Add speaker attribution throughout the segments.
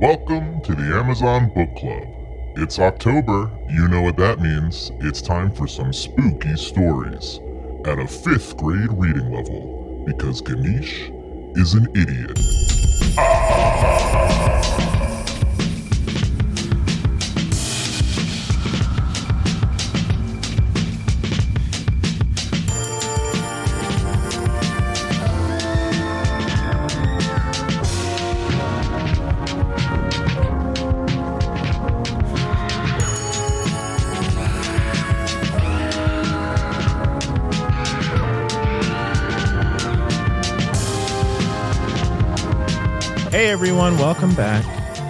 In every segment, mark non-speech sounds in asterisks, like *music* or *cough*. Speaker 1: Welcome to the Amazon Book Club. It's October, you know what that means. It's time for some spooky stories at a fifth grade reading level because Ganesh is an idiot.
Speaker 2: Hey everyone, welcome back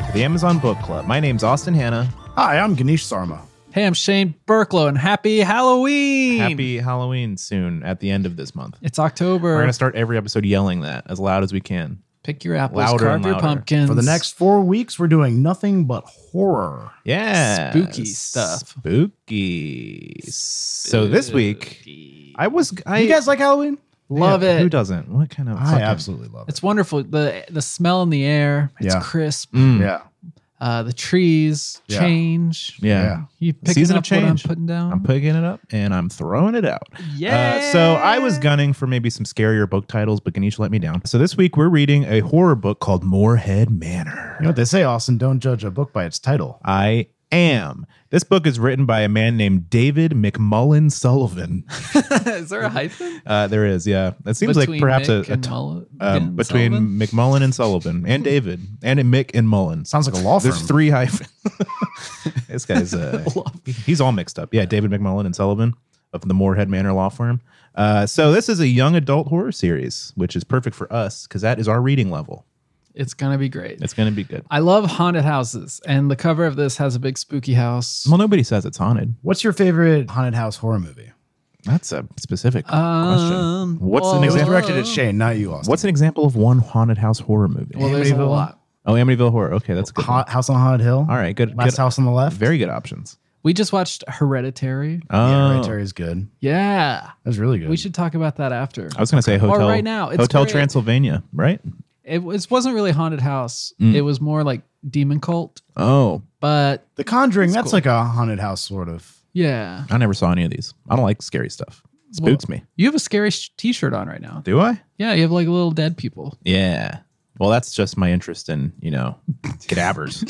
Speaker 2: to the Amazon Book Club. My name's Austin Hanna.
Speaker 3: Hi, I'm Ganesh Sarma.
Speaker 4: Hey, I'm Shane Burklow, and happy Halloween!
Speaker 2: Happy Halloween soon at the end of this month.
Speaker 4: It's October.
Speaker 2: We're going to start every episode yelling that as loud as we can.
Speaker 4: Pick your apples,
Speaker 2: Louder and
Speaker 4: carve your
Speaker 2: louder.
Speaker 4: pumpkins.
Speaker 3: For the next four weeks, we're doing nothing but horror.
Speaker 2: Yeah.
Speaker 4: Spooky stuff.
Speaker 2: Spooky. So this week, I was. I,
Speaker 3: You guys like Halloween?
Speaker 4: love
Speaker 2: Yeah,
Speaker 4: it.
Speaker 2: Who doesn't? What kind of.
Speaker 3: I
Speaker 2: fucking-
Speaker 3: absolutely love it.
Speaker 4: It's wonderful. the The smell in the air. It's
Speaker 3: Yeah.
Speaker 4: crisp.
Speaker 2: Mm,
Speaker 3: yeah,
Speaker 4: Uh, the trees
Speaker 3: Yeah.
Speaker 4: change.
Speaker 2: Yeah.
Speaker 3: Yeah.
Speaker 4: You picking
Speaker 2: Season of
Speaker 4: up what I'm
Speaker 2: change.
Speaker 4: putting down?
Speaker 2: I'm picking it up and I'm throwing it out.
Speaker 4: yeah.
Speaker 2: Uh, so I was gunning for maybe some scarier book titles, but Ganesh let me down. So this week we're reading a horror book called Moorhead Manor.
Speaker 3: You know what they say, Austin? Don't judge a book by its title.
Speaker 2: I am. This book is written by a man named David McMullen Sullivan.
Speaker 4: *laughs* Is there a hyphen?
Speaker 2: Uh, there is, yeah. It *laughs* seems like
Speaker 4: Between
Speaker 2: perhaps
Speaker 4: Mick
Speaker 2: a, a
Speaker 4: and
Speaker 2: t-
Speaker 4: Mullen-
Speaker 2: um,
Speaker 4: and
Speaker 2: between
Speaker 4: Sullivan? Hmm.
Speaker 2: McMullen and Sullivan and David and Mick and Mullen.
Speaker 3: Sounds like a law firm.
Speaker 2: There's three hyphens. *laughs* this guy's
Speaker 4: *laughs*
Speaker 2: uh, he's all mixed up. Yeah, David McMullen and Sullivan of the Moorhead Manor Law Firm. Uh, so this is a young adult horror series, which is perfect for us because that is our reading level.
Speaker 4: It's gonna be great.
Speaker 2: It's going to be good.
Speaker 4: I love haunted houses, and the cover of this has a big spooky house.
Speaker 2: Well, nobody says it's haunted.
Speaker 3: What's your favorite haunted house horror movie?
Speaker 2: That's a specific
Speaker 4: Um,
Speaker 2: question. What's an
Speaker 4: well-
Speaker 3: It was
Speaker 2: example?
Speaker 3: directed at Shane, not you, Austin.
Speaker 2: What's an example of one haunted house horror movie?
Speaker 4: Well, there's a
Speaker 3: Amityville?
Speaker 4: lot.
Speaker 2: oh, Amityville Horror. Okay, that's a good. one.
Speaker 3: Ha- House on Haunted Hill?
Speaker 2: All right, good.
Speaker 3: Last
Speaker 2: good-
Speaker 3: House on the Left?
Speaker 2: Very good options.
Speaker 4: We just watched Hereditary.
Speaker 2: Oh,
Speaker 3: yeah, Hereditary is good.
Speaker 4: Yeah.
Speaker 3: That's really good.
Speaker 4: We should talk about that after.
Speaker 2: I was going to say hotel.
Speaker 4: right now, it's
Speaker 2: hotel
Speaker 4: great.
Speaker 2: Transylvania, right?
Speaker 4: It was, wasn't really haunted house.
Speaker 2: Mm.
Speaker 4: It was more like demon cult,
Speaker 2: Oh,
Speaker 4: but
Speaker 3: The Conjuring, that's like a haunted house sort of.
Speaker 4: yeah.
Speaker 2: I never saw any of these. I don't like scary stuff. Spooks me.
Speaker 4: You have a scary sh- t-shirt on right now.
Speaker 2: Do I?
Speaker 4: Yeah, you have like little dead people.
Speaker 2: Yeah. Well, that's just my interest in you know cadavers.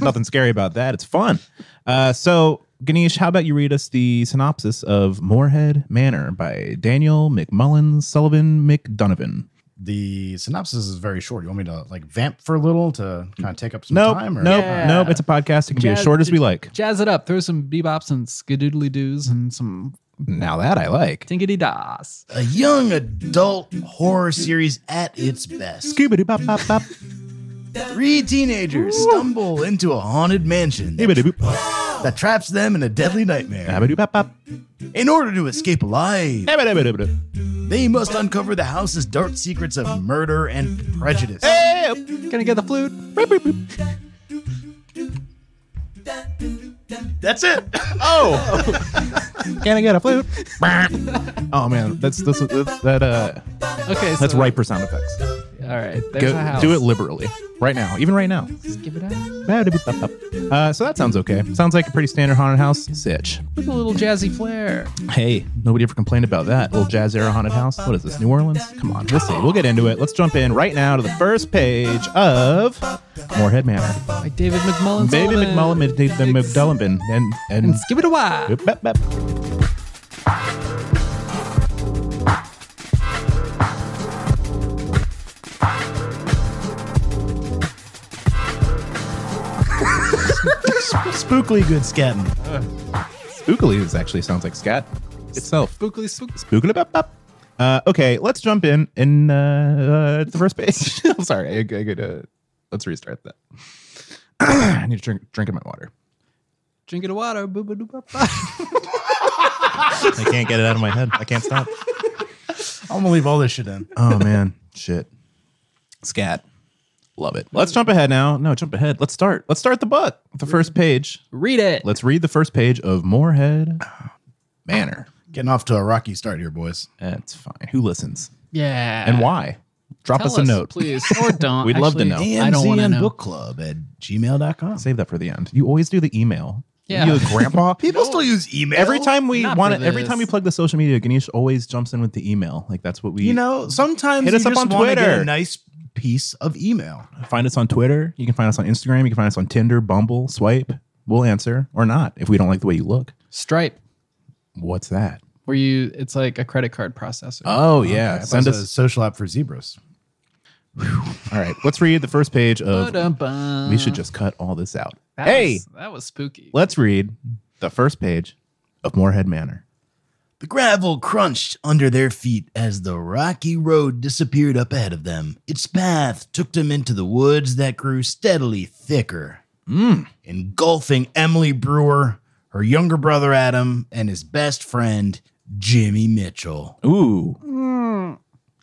Speaker 2: Nothing scary about that. It's fun. Uh, so. Ganesh, how about you read us the synopsis of Moorhead Manor by Daniel McMullen Sullivan McDonovan?
Speaker 3: The synopsis is very short. You want me to like vamp for a little to kind of take up some
Speaker 2: Nope,
Speaker 3: time? Or?
Speaker 2: nope,
Speaker 4: Yeah.
Speaker 2: nope. It's a podcast. It can be as
Speaker 4: Jazz-
Speaker 2: short as we like.
Speaker 4: Jazz it up. Throw some bebops and skidoodly doos and some
Speaker 2: Now that I like.
Speaker 4: tinkety das.
Speaker 3: A young adult horror series at its best.
Speaker 2: Scooby bop bop bop.
Speaker 3: Three teenagers stumble into a haunted mansion that, that traps them in a deadly nightmare.
Speaker 2: bop bop.
Speaker 3: In order to escape alive,
Speaker 2: Hey,
Speaker 3: they must uncover the house's dark secrets of murder and prejudice.
Speaker 4: Gonna get the flute.
Speaker 3: That's it.
Speaker 2: Oh, can I get a
Speaker 4: *laughs*
Speaker 2: flute? oh man, that's that's that uh
Speaker 4: Okay, so,
Speaker 2: that's ripe for sound effects.
Speaker 4: All right, there's a
Speaker 2: Go,
Speaker 4: house.
Speaker 2: do it liberally, right now, even right now.
Speaker 4: Just give it out.
Speaker 2: Uh, so that sounds okay. Sounds like a pretty standard haunted house sitch.
Speaker 4: With a little jazzy flair.
Speaker 2: Hey, nobody ever complained about that little jazz era haunted house. What is this, New Orleans? Come on, we'll see. We'll get into it. Let's jump in right now to the first page of Moorhead Manor.
Speaker 4: By David McMullen.
Speaker 2: Baby McMullen, Mc- Mc- McDullin, and and
Speaker 4: And give it a while.
Speaker 2: Bep, bep.
Speaker 3: Spookily good scatting.
Speaker 2: Spookily this actually sounds like scat itself.
Speaker 4: Spookily spook.
Speaker 2: Spookily bep, bep. Uh, okay, let's jump in in uh, uh, the first page. *laughs* I'm sorry, I, I could, uh, let's restart that. *clears throat* I need to drink drink of my water.
Speaker 4: Drink it of water. Boo boo doo ba, ba.
Speaker 2: I can't get it out of my head. I can't stop.
Speaker 3: I'm gonna leave all this shit in.
Speaker 2: Oh man, shit. Scat. Love it. Let's jump ahead now. No, jump ahead. Let's start. Let's start the book. The first page.
Speaker 4: Read it.
Speaker 2: Let's read the first page of Moorhead Manor.
Speaker 3: Getting off to a rocky start here, boys.
Speaker 2: That's fine. Who listens
Speaker 4: yeah.
Speaker 2: and why? Drop
Speaker 4: Uh, Tell
Speaker 2: us a note.
Speaker 4: please,
Speaker 2: *laughs*
Speaker 4: or don't.
Speaker 2: We'd love to
Speaker 4: Actually,
Speaker 2: know.
Speaker 4: I don't want to know.
Speaker 3: book club at gmail.com.
Speaker 2: Save that for the end. You always do the email.
Speaker 4: Yeah.
Speaker 2: You a grandpa.
Speaker 3: People still use email.
Speaker 2: Every time we
Speaker 4: Not
Speaker 2: want
Speaker 4: for
Speaker 2: to, every
Speaker 4: this.
Speaker 2: time we plug the social media, Ganesh always jumps in with the email. Like that's what we,
Speaker 3: you know, sometimes
Speaker 2: Hit
Speaker 3: you
Speaker 2: us up
Speaker 3: just
Speaker 2: on
Speaker 3: wanna get
Speaker 2: Twitter.
Speaker 3: a nice piece of email.
Speaker 2: find us on Twitter. You can find us on Instagram. You can find us on Tinder, Bumble, Swipe. We'll answer or not if we don't like the way you look.
Speaker 4: Stripe,
Speaker 2: What's that?
Speaker 4: where you it's like a credit card processor.
Speaker 2: Oh yeah,
Speaker 3: That's
Speaker 2: send
Speaker 3: a
Speaker 2: us.
Speaker 3: social app for zebras.
Speaker 2: All right, let's read the first page of.
Speaker 4: Ba-dum-bum.
Speaker 2: We should just cut all this out.
Speaker 4: That
Speaker 2: hey,
Speaker 4: was- that was spooky.
Speaker 2: let's read the first page of Moorhead Manor.
Speaker 3: The gravel crunched under their feet as the rocky road disappeared up ahead of them. Its path took them into the woods that grew steadily thicker, Hmm. engulfing Emily Brewer, her younger brother Adam, and his best friend, Jimmy Mitchell.
Speaker 2: Ooh,
Speaker 4: Hmm.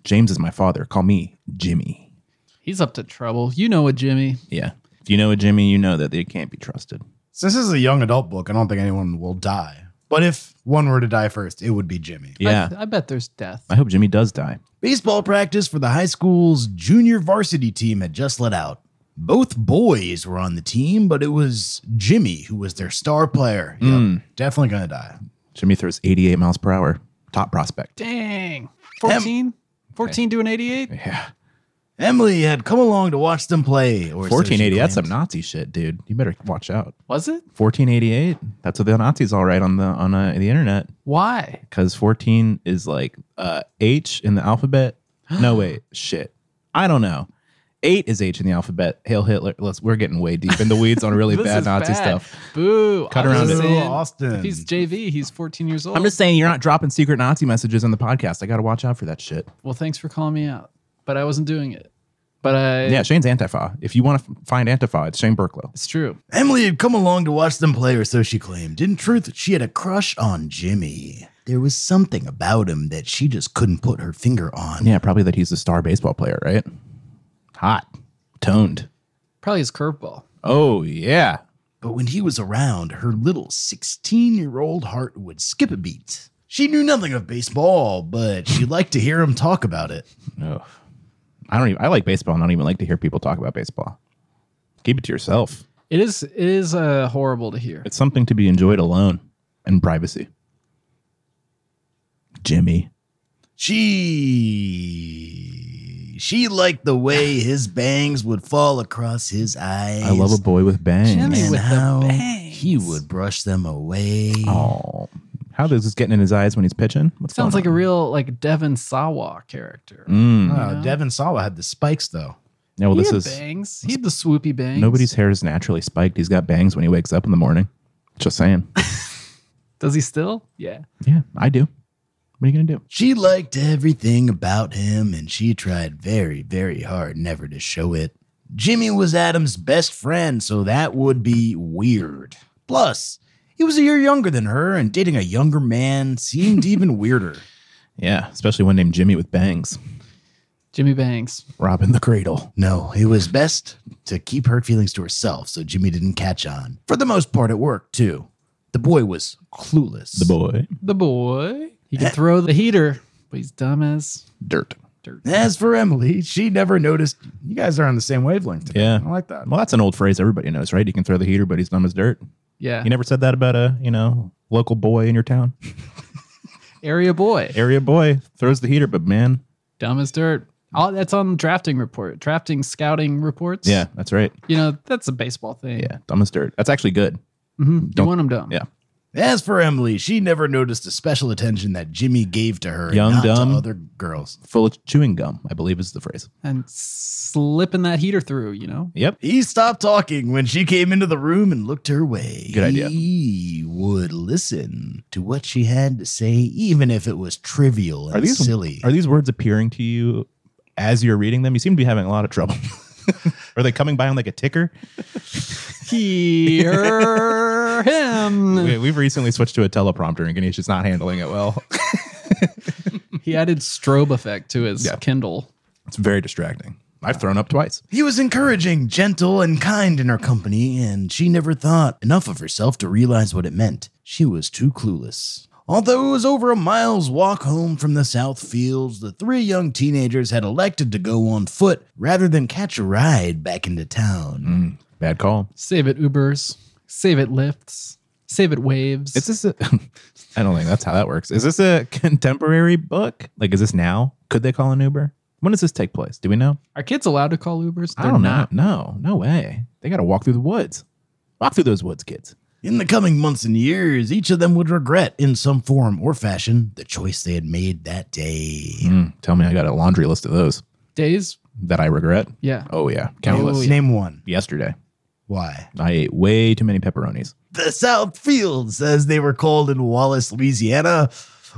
Speaker 2: James is my father. Call me Jimmy.
Speaker 4: He's up to trouble. You know it, Jimmy.
Speaker 2: Yeah, if you know a Jimmy, you know that they can't be trusted.
Speaker 3: Since this is a young adult book, I don't think anyone will die. But if one were to die first, it would be Jimmy.
Speaker 2: Yeah,
Speaker 4: I, I bet there's death.
Speaker 2: I hope Jimmy does die.
Speaker 3: Baseball practice for the high school's junior varsity team had just let out. Both boys were on the team, but it was Jimmy who was their star player. Yep, Definitely going to die.
Speaker 2: Jimmy throws 88 miles per hour. Top prospect.
Speaker 4: Dang. 14? 14 to an 88?
Speaker 2: Yeah.
Speaker 3: Emily had come along to watch them play. Or so she
Speaker 2: 1480. That's some
Speaker 3: claimed.
Speaker 2: Nazi shit, dude. You better watch out.
Speaker 4: Was it?
Speaker 2: 1488. That's what the Nazis all right on the on uh, the internet
Speaker 4: Why?
Speaker 2: because 14 is like uh, H in the alphabet.
Speaker 4: *gasps*
Speaker 2: No wait, shit. I don't know. Eight is H in the alphabet. Hail Hitler. Let's. We're getting way deep in the weeds on really
Speaker 4: *laughs* This
Speaker 2: bad
Speaker 4: is
Speaker 2: Nazi
Speaker 4: bad.
Speaker 2: stuff.
Speaker 4: Boo.
Speaker 2: Cut
Speaker 4: I was
Speaker 2: around
Speaker 4: just
Speaker 2: it.
Speaker 4: saying,
Speaker 3: Austin.
Speaker 4: If he's JV, he's 14 years old.
Speaker 2: I'm just saying you're not dropping secret Nazi messages on the podcast. I got to watch out for that shit.
Speaker 4: well, thanks for calling me out. But I wasn't doing it. But I.
Speaker 2: Yeah, Shane's Antifa. If you want to find Antifa, it's Shane Burklow.
Speaker 4: It's true.
Speaker 3: Emily had come along to watch them play, or so she claimed. In truth, she had a crush on Jimmy. There was something about him that she just couldn't put her finger on.
Speaker 2: Yeah, probably that he's a star baseball player, right? Hot, toned.
Speaker 4: Probably his curveball.
Speaker 2: Oh yeah.
Speaker 3: But when he was around, her little 16 year old heart would skip a beat. She knew nothing of baseball, but she liked to hear him talk about it.
Speaker 2: Oh, I don't even. I like baseball, and I don't even like to hear people talk about baseball. Keep it to yourself.
Speaker 4: It is it is uh, horrible to hear.
Speaker 2: It's something to be enjoyed alone in privacy. Jimmy.
Speaker 3: She she liked the way his bangs would fall across his eyes.
Speaker 2: I love a boy with bangs.
Speaker 4: Jimmy
Speaker 3: and
Speaker 4: with the
Speaker 3: how
Speaker 4: bangs.
Speaker 3: he would brush them away.
Speaker 2: Oh, how this is getting in his eyes when he's pitching? What's
Speaker 4: Sounds
Speaker 2: going
Speaker 4: like a real like Devin Sawa character.
Speaker 2: on? Mm.
Speaker 3: Uh, Devin Sawa had the spikes though.
Speaker 2: Yeah, well,
Speaker 4: he
Speaker 2: this
Speaker 4: had
Speaker 2: is
Speaker 4: bangs. He had the swoopy bangs.
Speaker 2: nobody's hair is naturally spiked. He's got bangs when he wakes up in the morning. Just *laughs* saying.
Speaker 4: Does he still? Yeah.
Speaker 2: yeah, I do. What are you gonna do?
Speaker 3: She liked everything about him, and she tried very, very hard never to show it. Jimmy was Adam's best friend, so that would be weird. Plus, he was a year younger than her, and dating a younger
Speaker 2: *laughs*
Speaker 3: man seemed even weirder.
Speaker 2: Yeah, especially one named Jimmy with bangs.
Speaker 4: Jimmy Bangs.
Speaker 2: Robin the Cradle.
Speaker 3: No, it was best to keep her feelings to herself so Jimmy didn't catch on. For the most part, it worked too. The boy was clueless.
Speaker 2: The boy.
Speaker 4: The boy. He can throw the heater, but he's dumb as
Speaker 2: Eh. Dirt. Eh.
Speaker 4: dirt.
Speaker 3: As for Emily, she never noticed. You guys are on the same wavelength. today.
Speaker 2: Yeah.
Speaker 3: I like that.
Speaker 2: Well, that's an old phrase everybody knows, right? You can throw the heater, but he's dumb as dirt.
Speaker 4: Yeah.
Speaker 2: You never said that about a, you know, local boy in your town?
Speaker 4: Area boy.
Speaker 2: Area boy throws the heater, but man.
Speaker 4: Dumb as dirt. All that's on drafting report. Drafting scouting reports.
Speaker 2: Yeah, that's right.
Speaker 4: You know, that's a baseball thing.
Speaker 2: Yeah, dumb as dirt. That's actually good.
Speaker 4: hmm You want him dumb.
Speaker 2: Yeah.
Speaker 3: As for Emily, she never noticed the special attention that Jimmy gave to her, and
Speaker 2: Young,
Speaker 3: not
Speaker 2: dumb.
Speaker 3: to other girls.
Speaker 2: Full of chewing gum, I believe is the phrase.
Speaker 4: And slipping that heater through,
Speaker 2: *laughs*
Speaker 4: you know?
Speaker 2: Yep.
Speaker 3: He stopped talking when she came into the room and looked her way.
Speaker 2: Good idea.
Speaker 3: He would listen to what she had to say, even if it was trivial and
Speaker 2: Are these
Speaker 3: silly.
Speaker 2: Are these words appearing to you as you're reading them? You seem to be having a lot of trouble. *laughs* Are they coming by on like a ticker?
Speaker 4: Hear him.
Speaker 2: We, we've recently switched to a teleprompter and Ganesh is not handling it well.
Speaker 4: He added strobe effect to his
Speaker 2: Yeah.
Speaker 4: Kindle.
Speaker 2: It's very distracting. I've thrown up twice.
Speaker 3: he was encouraging, gentle, and kind in her company, and she never thought enough of herself to realize what it meant. She was too clueless. Although it was over a mile's walk home from the South Fields, the three young teenagers had elected to go on foot rather than catch a ride back into town.
Speaker 2: Mm, bad call.
Speaker 4: Save it Ubers. Save it lifts. Save it waves.
Speaker 2: Is this a? *laughs* I don't think that's how that works. Is this a contemporary book? Like, is this now? Could they call an Uber? When does this take place? Do we know?
Speaker 4: Are kids allowed to call Ubers?
Speaker 2: I don't know. No, no way. They got to walk through the woods. Walk through those woods, kids.
Speaker 3: In the coming months and years, each of them would regret, in some form or fashion, the choice they had made that day.
Speaker 2: Mm, tell me, I got a laundry list of those
Speaker 4: Days?
Speaker 2: that I regret.
Speaker 4: Yeah.
Speaker 2: Oh yeah, countless.
Speaker 4: Oh, yeah.
Speaker 3: Name one.
Speaker 2: Yesterday,
Speaker 3: Why?
Speaker 2: I ate way too many pepperonis.
Speaker 3: The South Fields, as they were called in Wallace, Louisiana,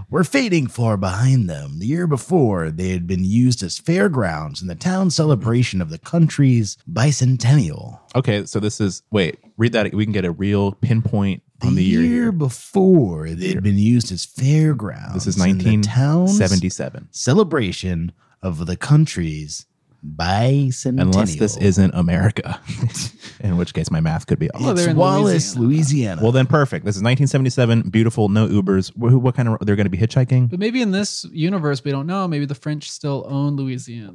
Speaker 3: were fading far behind them. The year before, they had been used as fairgrounds in the town celebration of the country's bicentennial.
Speaker 2: Okay, so this is wait. Read that. We can get a real pinpoint
Speaker 3: The,
Speaker 2: on the year.
Speaker 3: year,
Speaker 2: here.
Speaker 3: before, they had been used as fairgrounds.
Speaker 2: This is
Speaker 3: in the town's
Speaker 2: 1977.
Speaker 3: celebration of the country's bicentennial.
Speaker 2: Unless this isn't
Speaker 3: *laughs*
Speaker 2: America, in which case my math could be off.
Speaker 4: Well,
Speaker 3: it's
Speaker 4: Oh, they're in
Speaker 3: Wallace, Louisiana.
Speaker 2: Well, then perfect. This is 1977. Beautiful. No Ubers. Wh- Who? What kind of? They're going to be hitchhiking.
Speaker 3: *laughs*
Speaker 4: But maybe in this universe, we don't know. Maybe the French still
Speaker 2: *laughs*
Speaker 4: own Louisiana.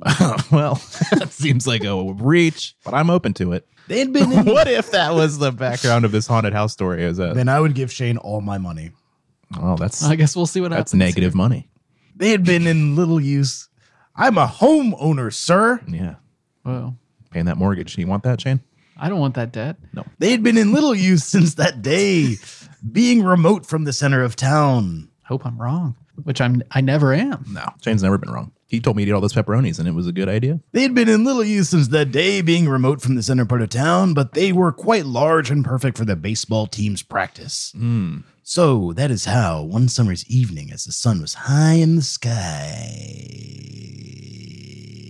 Speaker 2: well, that seems like a reach, but I'm open to it.
Speaker 3: they
Speaker 2: *laughs*
Speaker 3: had been in.
Speaker 2: What if that was the background of this haunted house story? Is that?
Speaker 3: then I would give Shane all my money.
Speaker 2: Oh, that's
Speaker 4: I guess we'll see what
Speaker 2: that's
Speaker 4: happens.
Speaker 2: negative money.
Speaker 3: They had been in little use. I'm a homeowner, sir.
Speaker 2: Yeah,
Speaker 4: Whoa.
Speaker 2: paying that mortgage. You want that, Shane?
Speaker 4: I don't want that debt.
Speaker 3: They had been in little use since that day, being remote from the center of town.
Speaker 4: Hope I'm wrong, which I'm. I never am.
Speaker 2: No, Shane's never been wrong. He told me to eat all those pepperonis, and it was a good idea.
Speaker 3: They had been in little use since that day, being remote from the center part of town, but they were quite large and perfect for the baseball team's practice.
Speaker 2: Hmm.
Speaker 3: So that is how, one summer's evening, as the sun was high in the sky,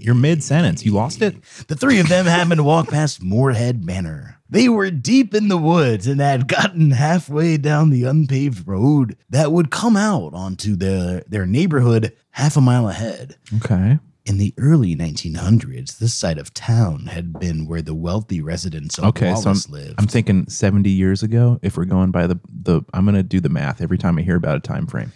Speaker 2: You're mid sentence. You lost it.
Speaker 3: The three of them happened to walk past Moorhead Manor. They were deep in the woods and had gotten halfway down the unpaved road that would come out onto their, their neighborhood half a mile ahead.
Speaker 2: Okay.
Speaker 3: In the early 1900s, this side of town had been where the wealthy residents of
Speaker 2: Okay, so
Speaker 3: Wallace lived.
Speaker 2: I'm thinking 70 years ago. If we're going by the the, I'm gonna do the math every time I hear about a time frame.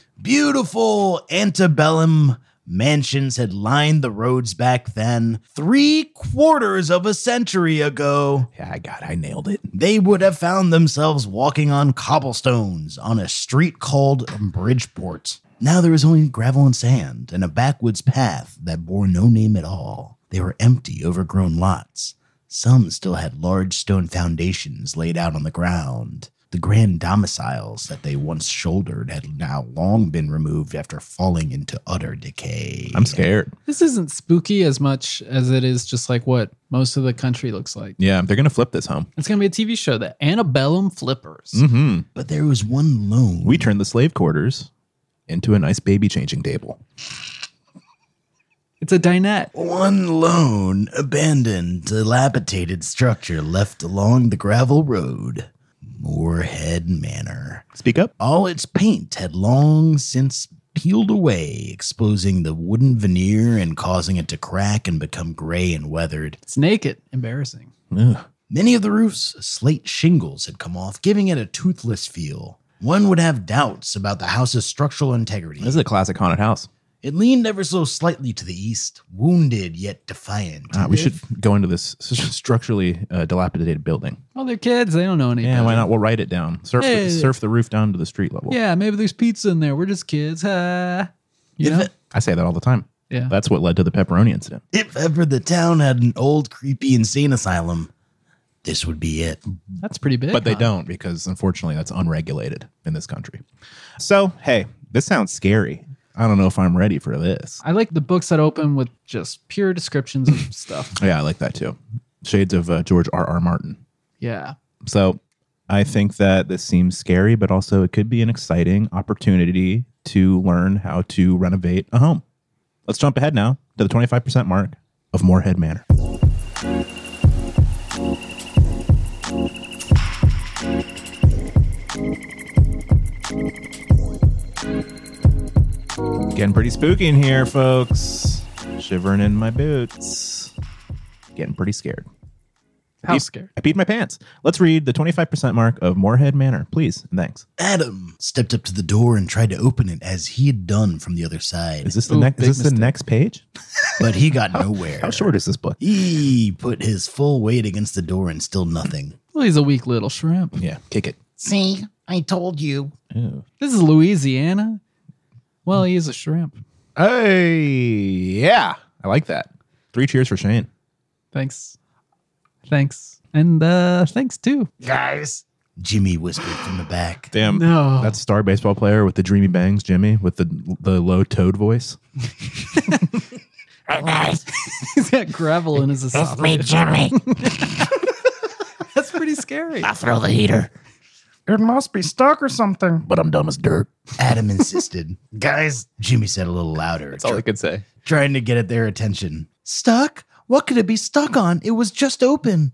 Speaker 3: Beautiful antebellum mansions had lined the roads back then. Three quarters of a century ago,
Speaker 2: Yeah, I got. I nailed it.
Speaker 3: they would have found themselves walking on cobblestones on a street called Bridgeport. Now there was only gravel and sand and a backwoods path that bore no name at all. They were empty, overgrown lots. Some still had large stone foundations laid out on the ground. The grand domiciles that they once shouldered had now long been removed after falling into utter decay.
Speaker 2: I'm scared.
Speaker 4: This isn't spooky as much as it is just like what most of the country looks like.
Speaker 2: Yeah, they're gonna flip this home.
Speaker 4: It's gonna be a TV show, the Antebellum Flippers.
Speaker 2: Mm-hmm.
Speaker 3: But there was one lone.
Speaker 2: We turned the slave quarters into a nice baby changing table.
Speaker 4: It's a dinette.
Speaker 3: One lone, abandoned, dilapidated structure left along the gravel road, Moorhead Manor.
Speaker 2: Speak up.
Speaker 3: All its paint had long since peeled away, exposing the wooden veneer and causing it to crack and become gray and weathered.
Speaker 4: It's naked. Embarrassing.
Speaker 2: Ugh.
Speaker 3: Many of the roof's slate shingles had come off, giving it a toothless feel. One would have doubts about the house's structural integrity.
Speaker 2: This is a classic haunted house.
Speaker 3: It leaned ever so slightly to the east, wounded yet defiant.
Speaker 2: Ah, we should go into this s- s- structurally uh, dilapidated building.
Speaker 4: Well, they're kids. They don't know anything.
Speaker 2: Yeah, why not? We'll write it down. Surf,
Speaker 4: Hey.
Speaker 2: the, surf the roof down to the street level.
Speaker 4: Yeah, maybe there's pizza in there. We're just kids. *laughs* Ha. You
Speaker 3: If
Speaker 4: know?
Speaker 3: it-
Speaker 2: I say that all the time.
Speaker 4: yeah.
Speaker 2: That's what led to the pepperoni incident.
Speaker 3: If ever the town had an old, creepy insane asylum, this would be it.
Speaker 4: That's pretty big.
Speaker 2: But they
Speaker 4: huh?
Speaker 2: don't because unfortunately that's unregulated in this country. So, hey, this sounds scary. I don't know if I'm ready for this.
Speaker 4: I like the books that open with just pure descriptions of
Speaker 2: *laughs*
Speaker 4: stuff.
Speaker 2: Yeah, I like that too. Shades of uh, George R. R. Martin.
Speaker 4: Yeah.
Speaker 2: So I think that this seems scary, but also it could be an exciting opportunity to learn how to renovate a home. Let's jump ahead now to the 25% mark of Moorhead Manor. Getting pretty spooky in here, folks. Shivering in my boots. Getting pretty scared.
Speaker 4: How scared?
Speaker 2: I peed my pants. Let's read the 25% mark of Moorhead Manor, please. And thanks.
Speaker 3: Adam stepped up to the door and tried to open it as he had done from the other side,
Speaker 2: Is this the
Speaker 4: Ooh,
Speaker 2: next is
Speaker 4: big
Speaker 2: this
Speaker 4: mistake.
Speaker 2: the next page?
Speaker 3: but he got nowhere.
Speaker 2: How short is this book?
Speaker 3: He put his full weight against the door and still nothing.
Speaker 4: Well, he's a weak little shrimp.
Speaker 2: Yeah, kick it.
Speaker 3: See, I told you.
Speaker 2: Ew.
Speaker 4: This is Louisiana. Well, he is a shrimp.
Speaker 2: Hey, yeah. I like that. Three cheers for Shane.
Speaker 4: Thanks. Thanks. And uh thanks too.
Speaker 3: Guys, Jimmy whispered from the back.
Speaker 2: Damn.
Speaker 4: No.
Speaker 2: Um, That's star baseball player with the dreamy bangs, Jimmy, with the the low toad voice.
Speaker 4: *laughs* he's got gravel
Speaker 2: *laughs*
Speaker 4: in his esophagus.
Speaker 5: Jimmy.
Speaker 4: That's
Speaker 2: *laughs*
Speaker 4: pretty scary.
Speaker 5: Throw the heater. It must be stuck or something.
Speaker 2: But I'm dumb as dirt.
Speaker 3: Adam insisted. Guys, Jimmy said a little louder, tr-
Speaker 2: could say.
Speaker 3: trying to get at their attention. Stuck? What could it be stuck on? It was just open.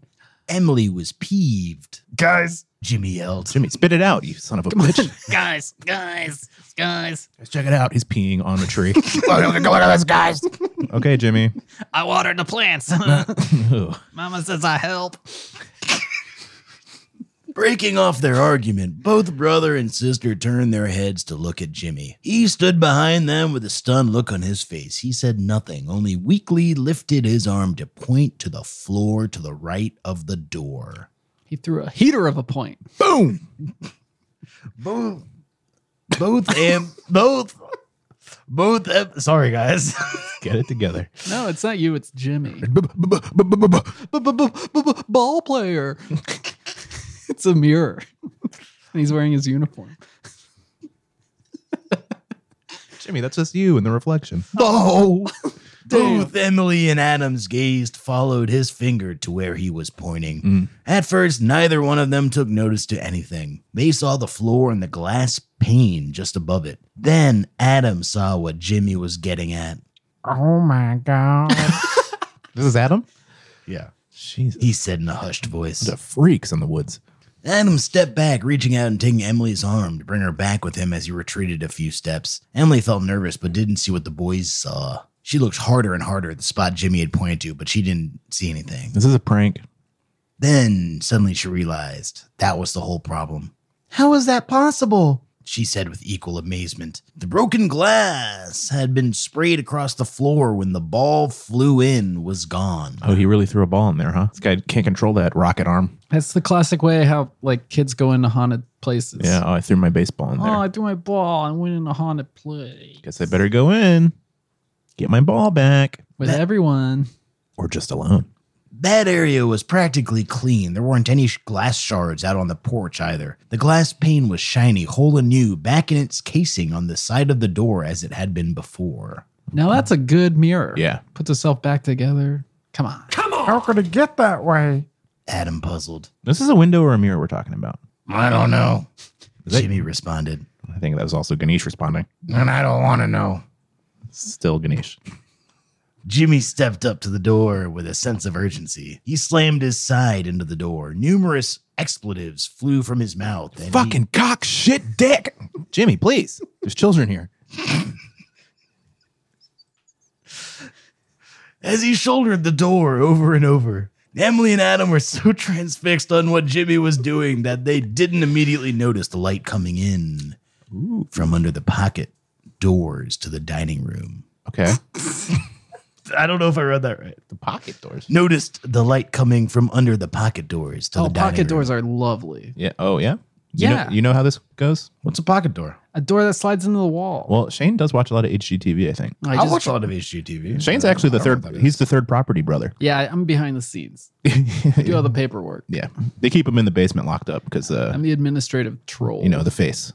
Speaker 3: Emily was peeved.
Speaker 5: Guys,
Speaker 3: Jimmy yelled.
Speaker 2: Jimmy, spit it out, you son of a bitch.
Speaker 5: guys, guys, guys.
Speaker 2: Let's check it out. He's peeing on a
Speaker 4: *laughs*
Speaker 2: tree.
Speaker 5: Look, look, look at this, guys.
Speaker 2: okay, Jimmy. *laughs*
Speaker 5: I watered the plants. *laughs*
Speaker 2: Ew.
Speaker 5: Mama says I help.
Speaker 3: Breaking off their argument, both brother and sister turned their heads to look at Jimmy. He stood behind them with a stunned look on his face. He said nothing, only weakly lifted his arm to point to the floor to the right of the door.
Speaker 4: He threw a heater of a point.
Speaker 3: Boom! Boom! Both am both both am- sorry guys.
Speaker 2: Get it
Speaker 4: *laughs*
Speaker 2: together.
Speaker 4: No, it's not you, it's Jimmy. Ball player. *laughs* It's a mirror. *laughs* And he's wearing his uniform.
Speaker 2: Jimmy, that's just you in the reflection.
Speaker 3: Oh,
Speaker 4: Damn.
Speaker 3: both Emily and Adam's gaze followed his finger to where he was pointing.
Speaker 2: Mm.
Speaker 3: At first, neither one of them took notice to anything. They saw the floor and the glass pane just above it. Then Adam saw what Jimmy was getting at.
Speaker 5: Oh my god.
Speaker 2: This is Adam?
Speaker 3: Yeah.
Speaker 2: Jesus.
Speaker 3: He said in a hushed voice.
Speaker 2: The freaks in the woods.
Speaker 3: Adam stepped back, reaching out and taking Emily's arm to bring her back with him as he retreated a few steps. Emily felt nervous but didn't see what the boys saw. She looked harder and harder at the spot Jimmy had pointed to, but she didn't see anything.
Speaker 2: This is a prank.
Speaker 3: Then suddenly she realized that was the whole problem. How is that possible? She said with equal amazement. The broken glass had been sprayed across the floor when the ball flew in, was gone.
Speaker 2: Oh, he really threw a ball in there, huh? This guy can't control that rocket arm.
Speaker 4: That's the classic way how like kids go into haunted places.
Speaker 2: Yeah, oh, I threw my baseball in there.
Speaker 4: Oh, I threw my ball and went in a haunted play
Speaker 2: Guess I better go in, get my ball back,
Speaker 4: with everyone.
Speaker 2: or just alone.
Speaker 3: That area was practically clean. There weren't any sh- glass shards out on the porch either. The glass pane was shiny, whole and new, back in its casing on the side of the door as it had been before.
Speaker 4: Now that's a good mirror.
Speaker 2: Yeah.
Speaker 4: Puts itself back together. Come on.
Speaker 5: How could it get that way?
Speaker 3: Adam puzzled.
Speaker 2: This is a window or a mirror we're talking about.
Speaker 5: I don't know.
Speaker 2: that-
Speaker 3: Jimmy responded.
Speaker 2: I think that was also Ganesh responding.
Speaker 5: And I don't want to know.
Speaker 2: Still Ganesh.
Speaker 3: Jimmy stepped up to the door with a sense of urgency. He slammed his side into the door. Numerous expletives flew from his mouth. and he-
Speaker 2: Fucking cock shit dick. Jimmy, please. There's children here.
Speaker 3: as he shouldered the door over and over. Emily and Adam were so *laughs* transfixed on what Jimmy was doing that they didn't immediately notice the light coming in from under the pocket doors to the dining room.
Speaker 2: Okay.
Speaker 3: I don't know if I read that right.
Speaker 2: the pocket doors.
Speaker 3: Noticed the light coming from under the pocket doors to
Speaker 4: oh,
Speaker 3: the dining
Speaker 4: pocket
Speaker 3: room.
Speaker 4: doors are lovely.
Speaker 2: Yeah. Oh, yeah. You
Speaker 4: Yeah.
Speaker 2: Know, you know how this goes?
Speaker 3: What's a pocket door?
Speaker 4: A door that slides into the wall.
Speaker 2: Well, Shane does watch a lot of HGTV, I think.
Speaker 4: I
Speaker 3: I
Speaker 4: just-
Speaker 3: watch a lot of HGTV.
Speaker 2: Shane's
Speaker 3: I don't-
Speaker 2: actually the
Speaker 3: I don't know
Speaker 2: third.
Speaker 3: what that is.
Speaker 2: He's the third property brother.
Speaker 4: yeah, I'm behind
Speaker 2: *laughs*
Speaker 4: the scenes. Do all the paperwork.
Speaker 2: yeah, they keep him in the basement locked up because, uh,
Speaker 4: I'm the administrative troll.
Speaker 2: you know, the face.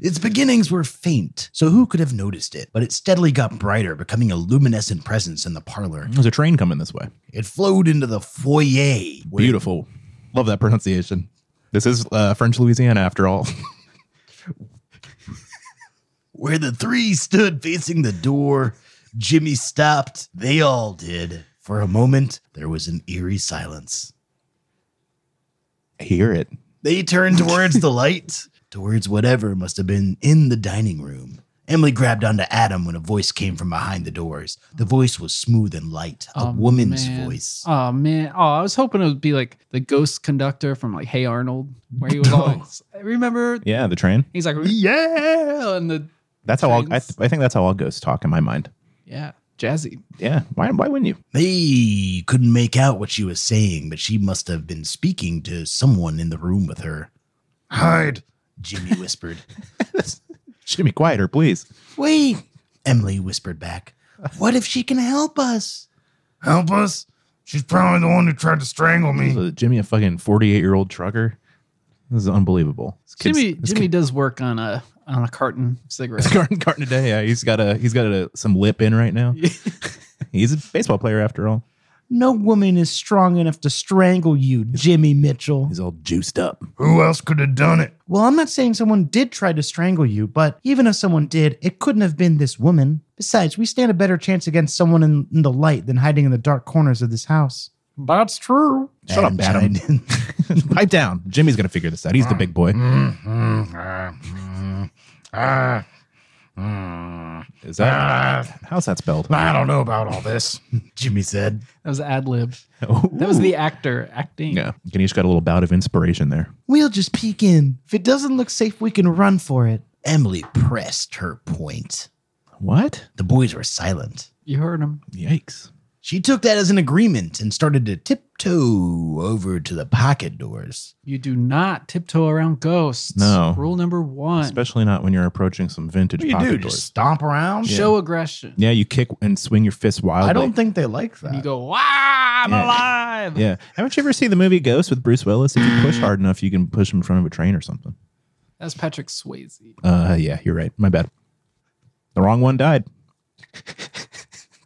Speaker 3: Its beginnings were faint, so who could have noticed it? But it steadily got brighter, becoming a luminescent presence in the parlor.
Speaker 2: There's a train coming this way.
Speaker 3: It flowed into the foyer. where-
Speaker 2: Beautiful. Love that pronunciation. This is uh, French Louisiana, after all. *laughs*
Speaker 3: Where the three stood facing the door, Jimmy stopped. They all did. For a moment, there was an eerie silence.
Speaker 2: I hear it.
Speaker 3: They turned towards the light, towards whatever must have been in the dining room. Emily grabbed onto Adam when a voice came from behind the doors. The voice was smooth and light, a
Speaker 4: Oh,
Speaker 3: woman's
Speaker 4: man.
Speaker 3: voice.
Speaker 4: Oh man! Oh, I was hoping it would be like the ghost conductor from like Hey Arnold,
Speaker 2: *laughs*
Speaker 4: where he was
Speaker 3: No.
Speaker 4: always. Remember?
Speaker 2: Yeah, the train.
Speaker 4: He's like, yeah, and the
Speaker 2: That's how all, I,
Speaker 4: Trains.
Speaker 2: th- I think that's how all ghosts talk in my mind.
Speaker 4: yeah, jazzy.
Speaker 2: Yeah. Why, why wouldn't you?
Speaker 3: They couldn't make out what she was saying, but she must have been speaking to someone in the room with her.
Speaker 5: Hide.
Speaker 3: Jimmy whispered. *laughs*
Speaker 2: Jimmy, quieter, please.
Speaker 3: Wait, Emily whispered back. What if she can help us?
Speaker 5: Help us. She's probably the one who tried to strangle
Speaker 2: This
Speaker 5: me.
Speaker 2: is a- Jimmy, a fucking 48 year old trucker. This is unbelievable. This kid's-
Speaker 4: Jimmy
Speaker 2: this
Speaker 4: Jimmy does work on a on a carton of
Speaker 2: *laughs*
Speaker 4: cigarettes.
Speaker 2: kid- Garden Garden today. Yeah, he's got a he's got a, some lip in right now. *laughs* he's a baseball player after all.
Speaker 3: No woman is strong enough to strangle you, Jimmy Mitchell.
Speaker 2: He's all juiced up.
Speaker 5: Who else could have done it?
Speaker 3: Well, I'm not saying someone did try to strangle you, but even if someone did, it couldn't have been this woman. Besides, we stand a better chance against someone in, in the light than hiding in the dark corners of this house.
Speaker 5: That's true.
Speaker 2: Shut up, Adam.
Speaker 3: chimed
Speaker 2: *laughs*
Speaker 3: in.
Speaker 2: Pipe down. Jimmy's gonna figure this out. He's the big boy.
Speaker 5: Mm, ah, mm, ah, mm.
Speaker 2: Is that
Speaker 5: Ah,
Speaker 2: how's that spelled?
Speaker 5: I don't know about all this.
Speaker 3: *laughs* Jimmy said.
Speaker 4: That was ad lib.
Speaker 2: Oh.
Speaker 4: That was the actor acting.
Speaker 2: yeah. Ganesh got a little bout of inspiration there.
Speaker 3: We'll just peek in. If it doesn't look safe, we can run for it. Emily pressed her point.
Speaker 2: What?
Speaker 3: The boys were silent.
Speaker 4: You heard him.
Speaker 2: Yikes.
Speaker 3: She took that as an agreement and started to tiptoe over to the pocket doors.
Speaker 4: You do not tiptoe around ghosts.
Speaker 2: No.
Speaker 4: Rule number one:
Speaker 2: Especially not when you're approaching some vintage
Speaker 5: What do
Speaker 2: pocket
Speaker 5: you do?
Speaker 2: doors.
Speaker 5: Just stomp around?
Speaker 4: show aggression.
Speaker 2: yeah, you kick and swing your fist wildly.
Speaker 5: I don't think they like
Speaker 4: And you
Speaker 5: that.
Speaker 4: go, wow, I'm
Speaker 2: Yeah.
Speaker 4: alive.
Speaker 2: Yeah. Haven't you ever seen the movie Ghost with Bruce Willis? If you push hard enough, you can push him in front of a train or something.
Speaker 4: That's Patrick Swayze.
Speaker 2: Uh, yeah, you're right. My bad. The wrong one died. *laughs*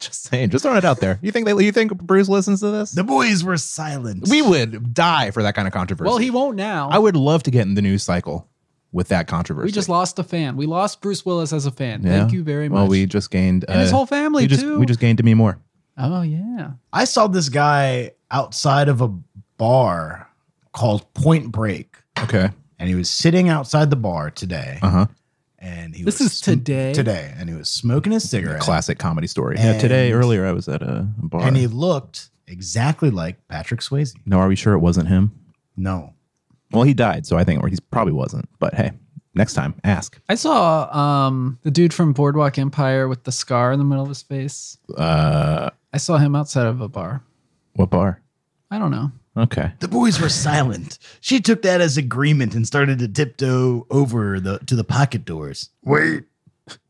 Speaker 2: just saying. Just throwing it out there. You think they? You think Bruce listens to this?
Speaker 3: The boys were silent.
Speaker 2: We would die for that kind of controversy.
Speaker 4: Well, he won't now.
Speaker 2: I would love to get in the news cycle with that controversy.
Speaker 4: we just lost a fan. We lost Bruce Willis as a fan.
Speaker 2: Yeah.
Speaker 4: Thank you very much.
Speaker 2: Well, we just gained
Speaker 4: and his
Speaker 2: uh,
Speaker 4: whole family
Speaker 2: we just,
Speaker 4: too.
Speaker 2: We just gained Demi Moore.
Speaker 4: oh yeah.
Speaker 3: I saw this guy outside of a bar called Point Break,
Speaker 2: Okay.
Speaker 3: and he was sitting outside the bar today.
Speaker 2: Uh huh.
Speaker 3: And he
Speaker 4: This
Speaker 3: was
Speaker 4: is today?
Speaker 3: Today, and he was smoking his cigarette.
Speaker 2: Classic comedy story. yeah.
Speaker 3: And-
Speaker 2: Today, earlier, I was at a a bar.
Speaker 3: And he looked exactly like Patrick Swayze.
Speaker 2: no, are we sure it wasn't him?
Speaker 3: No,
Speaker 2: Well, he died, so I think he probably wasn't. But hey, next time, ask.
Speaker 4: I saw um, the dude from Boardwalk Empire with the scar in the middle of his face.
Speaker 2: Uh,
Speaker 4: I saw him outside of a bar.
Speaker 2: what bar?
Speaker 4: I don't know.
Speaker 2: Okay.
Speaker 3: the boys were silent. She took that as agreement and started to tiptoe over the to the pocket doors.
Speaker 5: Wait.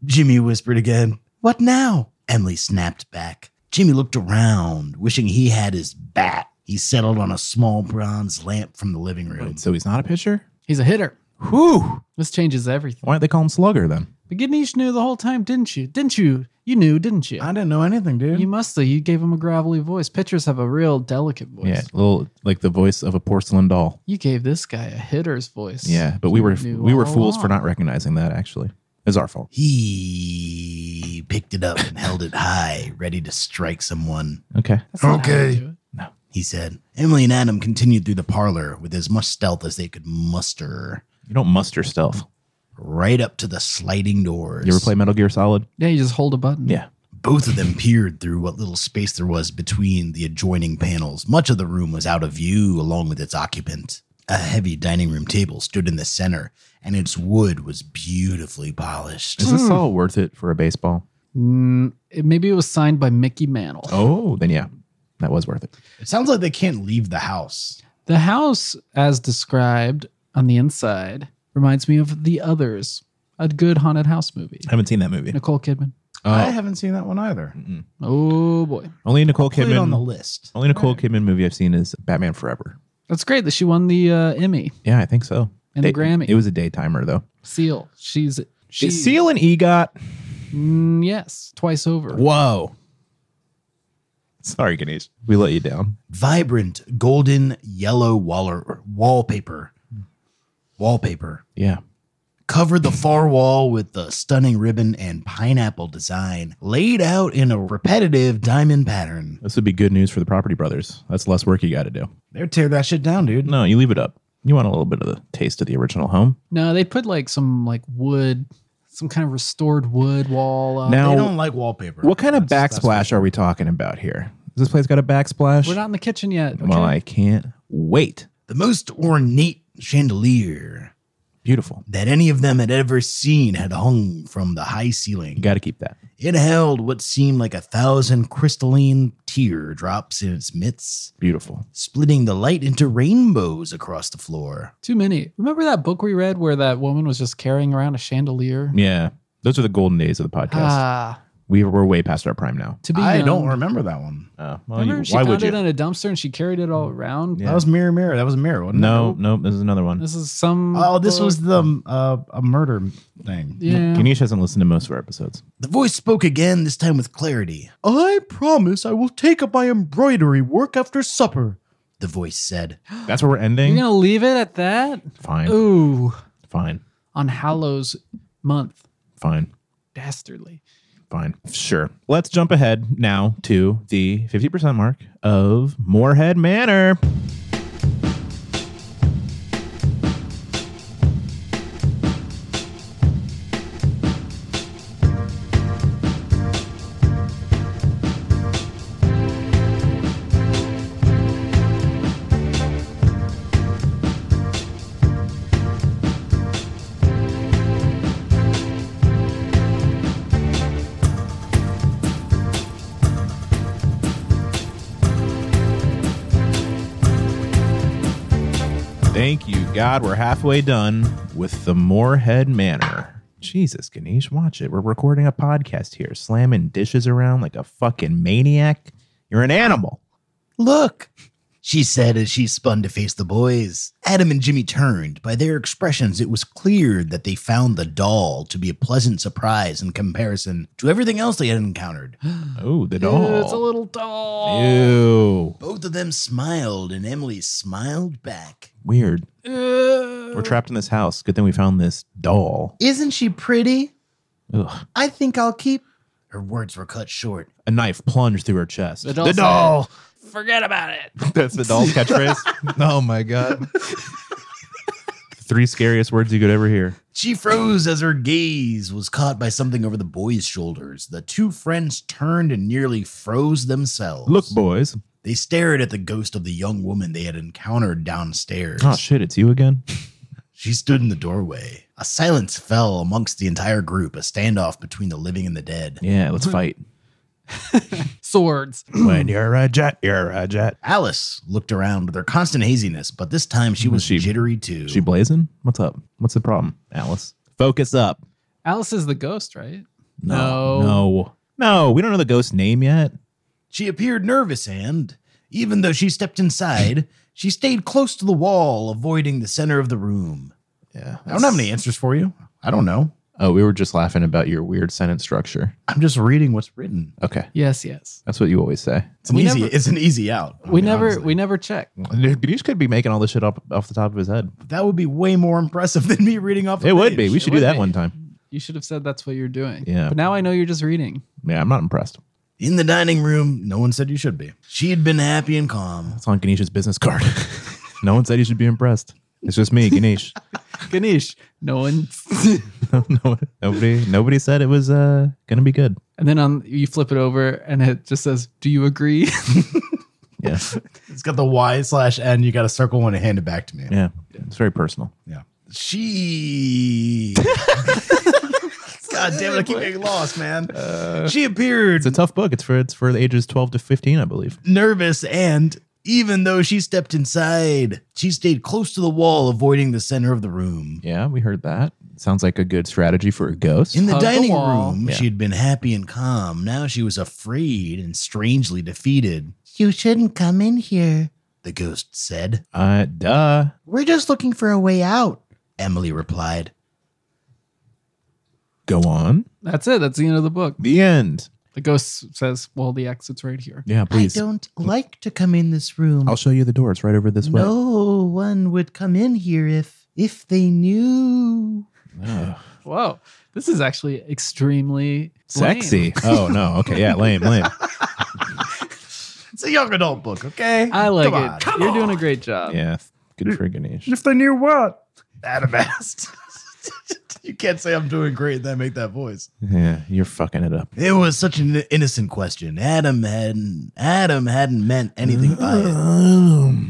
Speaker 3: Jimmy whispered again. What now? Emily snapped back. Jimmy looked around, wishing he had his bat. He settled on a small bronze lamp from the living room.
Speaker 2: Wait, so he's not a pitcher?
Speaker 4: He's a hitter.
Speaker 2: Whew.
Speaker 4: This changes everything.
Speaker 2: Why don't they call him Slugger then?
Speaker 4: But Ganesh knew the whole time, didn't you? Didn't you? You knew, didn't you?
Speaker 3: didn't know anything, dude.
Speaker 4: You must have. You gave him a gravelly voice. Pitchers have a real delicate voice.
Speaker 2: Yeah, little like the voice of a porcelain doll.
Speaker 4: You gave this guy a hitter's voice.
Speaker 2: Yeah, but we were
Speaker 4: knew
Speaker 2: we were
Speaker 4: all
Speaker 2: fools for
Speaker 4: along.
Speaker 2: not recognizing that. Actually, it's our fault.
Speaker 3: He picked it up and held it high, ready to strike someone.
Speaker 2: Okay.
Speaker 4: That's not how you
Speaker 5: Okay.
Speaker 4: do it.
Speaker 3: He said. Emily and Adam continued through the parlor with as much stealth as they could muster,
Speaker 2: You don't muster stealth.
Speaker 3: right up to the sliding doors.
Speaker 2: You ever play Metal Gear Solid?
Speaker 4: Yeah, you just hold a button.
Speaker 2: Yeah.
Speaker 3: Both of them peered through what little space there was between the adjoining panels. Much of the room was out of view, along with its occupant. A heavy dining room table stood in the center, and its wood was beautifully polished.
Speaker 2: Is this all worth it for a baseball?
Speaker 4: Mm, it- maybe it was signed by Mickey Mantle.
Speaker 2: Oh, then yeah, that was worth it.
Speaker 3: It sounds like they can't leave the house.
Speaker 4: The house, as described on the inside, reminds me of The Others, a good haunted house movie.
Speaker 2: I haven't seen that movie.
Speaker 4: Nicole Kidman.
Speaker 3: I
Speaker 2: Uh,
Speaker 3: haven't seen that one either.
Speaker 4: Oh boy,
Speaker 2: only Nicole
Speaker 3: Put it on the
Speaker 2: Kidman.
Speaker 3: list.
Speaker 2: Only Nicole Kidman movie I've seen is Batman Forever.
Speaker 4: that's great that she won the uh, Emmy
Speaker 2: Yeah, I think so.
Speaker 4: and
Speaker 2: Day-
Speaker 4: the Grammy.
Speaker 2: It was a daytimer though.
Speaker 4: Seal. She's she.
Speaker 2: Is Seal and EGOT.
Speaker 4: Mm, yes, twice over.
Speaker 2: Whoa. Sorry, Ganesh. We let you down.
Speaker 3: Vibrant golden yellow waller, wallpaper. Wallpaper.
Speaker 2: Yeah.
Speaker 3: covered the far wall with the stunning ribbon and pineapple design laid out in a repetitive diamond pattern.
Speaker 2: This would be good news for the property brothers. That's less work you got to do.
Speaker 3: They're tear that shit down, dude.
Speaker 2: No, you leave it up. You want a little bit of the taste of the original home.
Speaker 4: No, they put like some like wood some kind of restored wood wall. Up.
Speaker 2: Now-
Speaker 3: They
Speaker 2: Oh.
Speaker 3: don't like wallpaper.
Speaker 2: What kind of
Speaker 3: That's- that's
Speaker 2: backsplash are we talking about here? Has this place got a backsplash?
Speaker 4: we're not in the kitchen yet. Okay?
Speaker 2: Well, I can't wait.
Speaker 3: the most ornate chandelier
Speaker 2: Beautiful.
Speaker 3: that any of them had ever seen had hung from the high
Speaker 2: You
Speaker 3: ceiling.
Speaker 2: got to keep that.
Speaker 3: It held what seemed like a thousand crystalline teardrops in its midst,
Speaker 2: Beautiful.
Speaker 3: splitting the light into rainbows across the floor.
Speaker 4: Too many. Remember that book we read where that woman was just carrying around a chandelier?
Speaker 2: Yeah. Those are the golden days of the podcast.
Speaker 4: Ah,
Speaker 2: we, we're way past our prime now.
Speaker 4: to be
Speaker 3: I don't
Speaker 4: young.
Speaker 3: remember that one.
Speaker 2: Uh, well,
Speaker 4: Remember,
Speaker 2: you,
Speaker 4: she
Speaker 2: why
Speaker 4: found
Speaker 2: would you?
Speaker 4: it in a dumpster and she carried it all around.
Speaker 2: Yeah.
Speaker 3: That was Mirror Mirror. That was a mirror, wasn't
Speaker 2: No, no, this is another one.
Speaker 4: This is some.
Speaker 3: it? Oh, this
Speaker 4: book.
Speaker 3: was the uh, a murder thing.
Speaker 4: Yeah.
Speaker 2: Ganesh hasn't listened to most of our episodes.
Speaker 3: The voice spoke again, this time with clarity. I promise I will take up my embroidery work after supper, the voice said.
Speaker 2: That's where we're ending.
Speaker 4: You're gonna leave it at that?
Speaker 2: fine,
Speaker 4: Ooh,
Speaker 2: fine,
Speaker 4: on Hallows month,
Speaker 2: fine,
Speaker 4: dastardly.
Speaker 2: fine. Sure. Let's jump ahead now to the 50% mark of Moorhead Manor. Thank you, God. We're halfway done with the Moorhead Manor. Jesus, Ganesh, watch it. We're recording a podcast here, slamming dishes around like a fucking maniac. You're an animal.
Speaker 3: Look, she said as she spun to face the boys. Adam and Jimmy turned. By their expressions, it was clear that they found the doll to be a pleasant surprise in comparison to everything else they had encountered.
Speaker 2: Oh, the
Speaker 4: Ew,
Speaker 2: doll.
Speaker 4: it's a little doll.
Speaker 2: Ew.
Speaker 3: Both of them smiled, and Emily smiled back.
Speaker 2: Weird.
Speaker 4: Ew.
Speaker 2: We're trapped in this house. Good thing we found this doll.
Speaker 3: Isn't she pretty?
Speaker 2: Ugh.
Speaker 3: I think I'll keep. Her words were cut short.
Speaker 2: A knife plunged through her chest.
Speaker 4: The doll. The doll. Forget about it.
Speaker 2: *laughs* That's the doll's catchphrase. *laughs* oh my god. Three scariest words you could ever hear.
Speaker 3: She froze as her gaze was caught by something over the boys' shoulders. The two friends turned and nearly froze themselves.
Speaker 2: Look, boys.
Speaker 3: They stared at the ghost of the young woman they had encountered downstairs.
Speaker 2: Oh shit, it's you again.
Speaker 3: She stood in the doorway. A silence fell amongst the entire group, a standoff between the living and the dead.
Speaker 2: Yeah, let's fight.
Speaker 4: Swords.
Speaker 2: *clears throat*
Speaker 4: *clears throat*
Speaker 2: when you're a jet, you're a jet.
Speaker 3: Alice looked around with her constant haziness, but this time she was
Speaker 2: Mm, She-
Speaker 3: jittery too.
Speaker 2: She blazing? What's up? What's the problem, Alice? Focus up.
Speaker 4: Alice is the ghost, right?
Speaker 2: No. No. No, we don't know the ghost's name yet.
Speaker 3: She appeared nervous and, even though she stepped inside, she stayed close to the wall, avoiding the center of the room.
Speaker 2: Yeah.
Speaker 3: I don't have any answers for you. I don't know.
Speaker 2: Oh, we were just laughing about your weird sentence structure.
Speaker 3: I'm just reading what's written.
Speaker 2: Okay.
Speaker 4: Yes, yes.
Speaker 2: That's what you always say.
Speaker 3: It's an
Speaker 4: We
Speaker 3: easy.
Speaker 4: never-
Speaker 3: it's an easy out. I
Speaker 4: We
Speaker 3: mean,
Speaker 4: never
Speaker 3: honestly.
Speaker 4: we never check.
Speaker 2: Ganesh could be making all this shit up off the top of his head.
Speaker 3: that would be way more impressive *laughs* than me reading off. a
Speaker 2: It would be.
Speaker 3: page.
Speaker 2: We should
Speaker 4: would
Speaker 2: do that
Speaker 4: be.
Speaker 2: one time.
Speaker 4: You should have said that's what you're doing.
Speaker 2: Yeah.
Speaker 4: But now I know you're just reading. *laughs*
Speaker 2: Yeah, I'm not impressed.
Speaker 3: In the dining room, no one said you should be. She had been happy and calm.
Speaker 2: It's on Ganesh's business card. *laughs* no one said you should be impressed. It's just me, Ganesh. *laughs*
Speaker 4: Ganesh. No one. *laughs*
Speaker 2: no, nobody, nobody said it was uh, gonna be good.
Speaker 4: and then on you flip it over and it just says, "Do you agree?" *laughs*
Speaker 2: Yeah,
Speaker 3: It's got the Y slash N. You got to circle one and hand it back to me.
Speaker 2: yeah. It's very personal.
Speaker 3: Yeah. She. *laughs* God damn it! I keep getting lost, man. she appeared
Speaker 2: Uh, It's a tough book. It's for it's for the ages twelve to fifteen, I believe.
Speaker 3: nervous and even though she stepped inside, she stayed close to the wall, avoiding the center of the room.
Speaker 2: Yeah, we heard that. Sounds like a good strategy for a ghost.
Speaker 3: In the
Speaker 4: Hug the
Speaker 3: dining
Speaker 4: wall.
Speaker 3: room,
Speaker 2: Yeah.
Speaker 3: she had been happy and calm. Now she was afraid and strangely defeated. You shouldn't come in here, the ghost said.
Speaker 2: uh, duh.
Speaker 3: We're just looking for a way out, Emily replied.
Speaker 2: Go on.
Speaker 4: that's it. That's the end of the book.
Speaker 2: The end.
Speaker 4: The ghost says, "Well, the exit's right here."
Speaker 2: Yeah, please.
Speaker 3: I don't like to come in this room.
Speaker 2: I'll show you the door. It's right over this way.
Speaker 3: no one would come in here if if they knew.
Speaker 2: Ugh.
Speaker 4: Whoa, this is actually extremely lame.
Speaker 2: Sexy. Oh no. Okay. Yeah. Lame.
Speaker 3: *laughs*
Speaker 2: Lame.
Speaker 3: It's a young adult book, okay?
Speaker 4: I like
Speaker 3: Come
Speaker 4: it.
Speaker 3: on.
Speaker 4: You're doing a great job.
Speaker 2: Yeah. Good for Ganesh.
Speaker 5: If they knew what?
Speaker 3: That best. *laughs* you can't say I'm doing great and then make that voice.
Speaker 2: Yeah, you're fucking it up.
Speaker 3: It was such an innocent question. Adam hadn't Adam hadn't meant anything by it.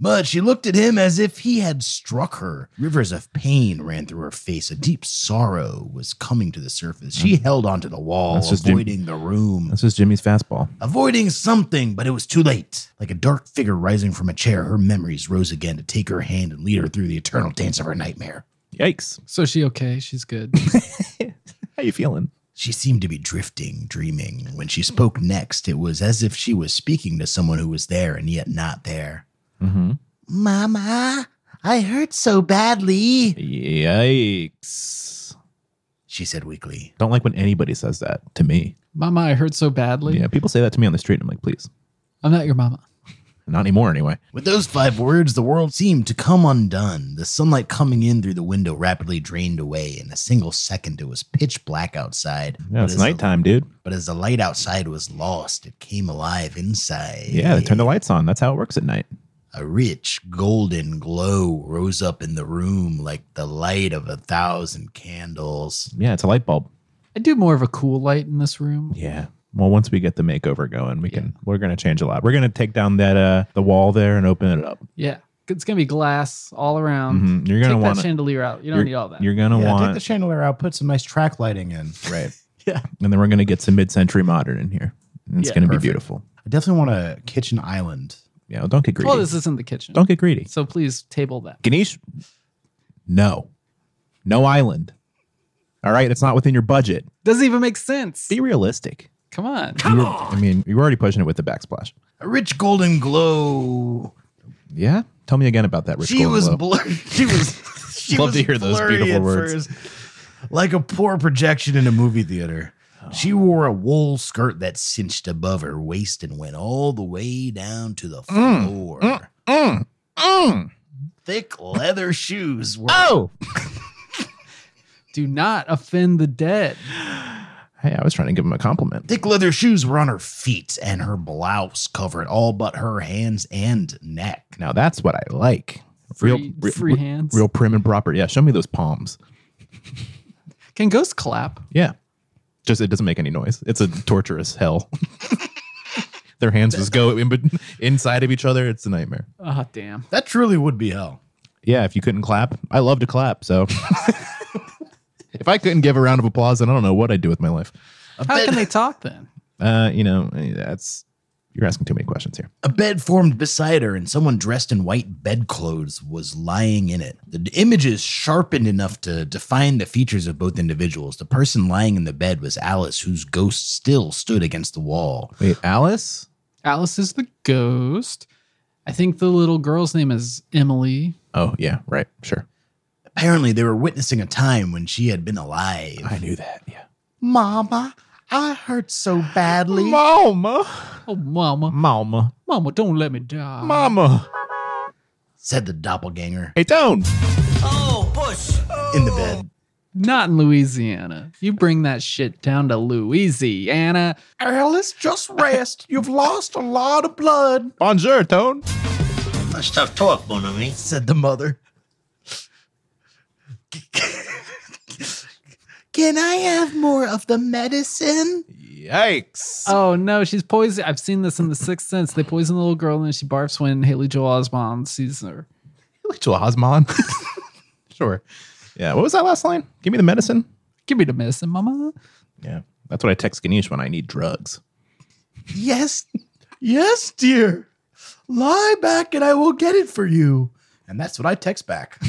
Speaker 3: But she looked at him as if he had struck her. Rivers of pain ran through her face. A deep sorrow was coming to the surface. She held onto the wall,
Speaker 2: That's just
Speaker 3: avoiding the room,
Speaker 2: That's just Jimmy's fastball.
Speaker 3: avoiding something, but it was too late. Like a dark figure rising from a chair, her memories rose again to take her hand and lead her through the eternal dance of her nightmare.
Speaker 2: Yikes.
Speaker 4: So she okay? She's good. *laughs*
Speaker 2: How you feeling?
Speaker 3: She seemed to be drifting, dreaming. When she spoke next, it was as if she was speaking to someone who was there and yet not there.
Speaker 2: Mm-hmm.
Speaker 3: Mama, I hurt so badly,
Speaker 2: Yikes.
Speaker 3: she said weakly.
Speaker 2: Don't like when anybody says that to me.
Speaker 4: mama, I hurt so badly.
Speaker 2: Yeah, people say that to me on the street. And I'm like, please.
Speaker 4: I'm not your mama.
Speaker 2: Not anymore, anyway.
Speaker 3: With those five words, the world seemed to come undone. The sunlight coming in through the window rapidly drained away. In a single second, it was pitch black outside.
Speaker 2: Yeah,
Speaker 3: But
Speaker 2: it's
Speaker 3: as the-
Speaker 2: nighttime, dude.
Speaker 3: but as the light outside was lost, it came alive inside.
Speaker 2: Yeah, they turn the lights on. That's how it works at night.
Speaker 3: A rich golden glow rose up in the room like the light of a thousand candles.
Speaker 2: Yeah, it's a light bulb.
Speaker 4: I do more of a cool light in this room.
Speaker 2: Yeah. Well, once we get the makeover going, we can we're gonna change a lot. We're gonna take down that uh the wall there and open it up.
Speaker 4: Yeah. It's gonna be glass all around.
Speaker 2: Mhm. You're gonna
Speaker 4: Um, Take
Speaker 2: want
Speaker 4: that chandelier out. You don't
Speaker 2: you're,
Speaker 4: need all that.
Speaker 2: You're gonna
Speaker 6: Yeah, take
Speaker 2: want
Speaker 6: the chandelier out, put some nice track lighting in.
Speaker 2: right. yeah. And then we're gonna get some mid century modern in here. And it's
Speaker 4: Yeah.
Speaker 2: gonna
Speaker 6: Perfect.
Speaker 2: be beautiful.
Speaker 6: I definitely want a kitchen island.
Speaker 2: Yeah, well, don't get greedy.
Speaker 4: well, this isn't the kitchen.
Speaker 2: don't get greedy.
Speaker 4: So please table that.
Speaker 2: Ganesh, no. No island. All right, it's not within your budget.
Speaker 4: Doesn't even make sense.
Speaker 2: Be realistic.
Speaker 4: Come on.
Speaker 2: You were- I mean, you were already pushing it with the backsplash.
Speaker 3: A rich golden glow.
Speaker 2: Yeah? Tell me again about that rich
Speaker 3: she
Speaker 2: golden
Speaker 3: was
Speaker 2: glow.
Speaker 3: blurred. *laughs*
Speaker 2: *laughs*
Speaker 3: She was. She
Speaker 2: Love to
Speaker 3: was
Speaker 2: hear those
Speaker 3: blurry
Speaker 2: beautiful
Speaker 3: at
Speaker 2: words.
Speaker 3: first, like a poor projection in a movie theater. She wore a wool skirt that cinched above her waist and went all the way down to the floor.
Speaker 2: Mm, mm.
Speaker 3: Thick leather shoes were
Speaker 2: Oh!
Speaker 4: Do not offend the dead.
Speaker 2: Hey, I was trying to give him a compliment.
Speaker 3: Thick leather shoes were on her feet, and her blouse covered all but her hands and neck.
Speaker 2: Now that's what I like.
Speaker 4: Free,
Speaker 2: re-
Speaker 4: free
Speaker 2: re-
Speaker 4: hands.
Speaker 2: Real prim and proper. Yeah, show me those palms.
Speaker 4: Can ghosts clap?
Speaker 2: Yeah. Just it doesn't make any noise. It's a torturous hell. *laughs* Their hands just go in, bet- inside of each other. It's a nightmare.
Speaker 4: Oh, damn.
Speaker 3: That truly would be hell.
Speaker 2: Yeah, if you couldn't clap, I love to clap.
Speaker 6: *laughs*
Speaker 2: So if I couldn't give a round of applause, then I don't know what I'd do with my life.
Speaker 4: How can they talk then?
Speaker 2: Uh, you know, that's you're asking too many questions here.
Speaker 3: A bed formed beside her, and someone dressed in white bedclothes was lying in it. The images sharpened enough to define the features of both individuals. The person lying in the bed was Alice, whose ghost still stood against the wall.
Speaker 2: Wait, Alice?
Speaker 4: Alice is the ghost. I think the little girl's name is Emily.
Speaker 2: Oh yeah, right, sure.
Speaker 3: Apparently, they were witnessing a time when she had been alive.
Speaker 2: I knew that. Yeah.
Speaker 6: Mama, I hurt so badly.
Speaker 2: Mama,
Speaker 4: Oh, mama.
Speaker 2: mama,
Speaker 4: Mama, don't let me die.
Speaker 2: mama.
Speaker 3: Said the doppelganger
Speaker 2: Hey, Tone.
Speaker 3: in the bed.
Speaker 4: Not in Louisiana. You bring that shit down to Louisiana.
Speaker 6: Alice, just
Speaker 2: *laughs*
Speaker 6: rest. You've lost a lot of blood.
Speaker 2: Bonjour, Tone.
Speaker 7: That's tough talk, mon ami.
Speaker 3: Said the *laughs* mother.
Speaker 6: Can I have more of the medicine?
Speaker 2: Yikes.
Speaker 6: Uh,
Speaker 4: Oh no, she's poisoned. I've seen this in The Sixth Sense. They poison the little girl and then she barfs when Haley Joel Osmond sees her.
Speaker 2: Rachel
Speaker 6: *laughs*
Speaker 2: Osmond. sure. Yeah. What was that last line? Give me the medicine.
Speaker 4: Give me the medicine, mama.
Speaker 2: Yeah. That's what I text Ganesh when I need drugs.
Speaker 6: Yes, yes, dear. Lie back and I will get it for you. And that's what I text back.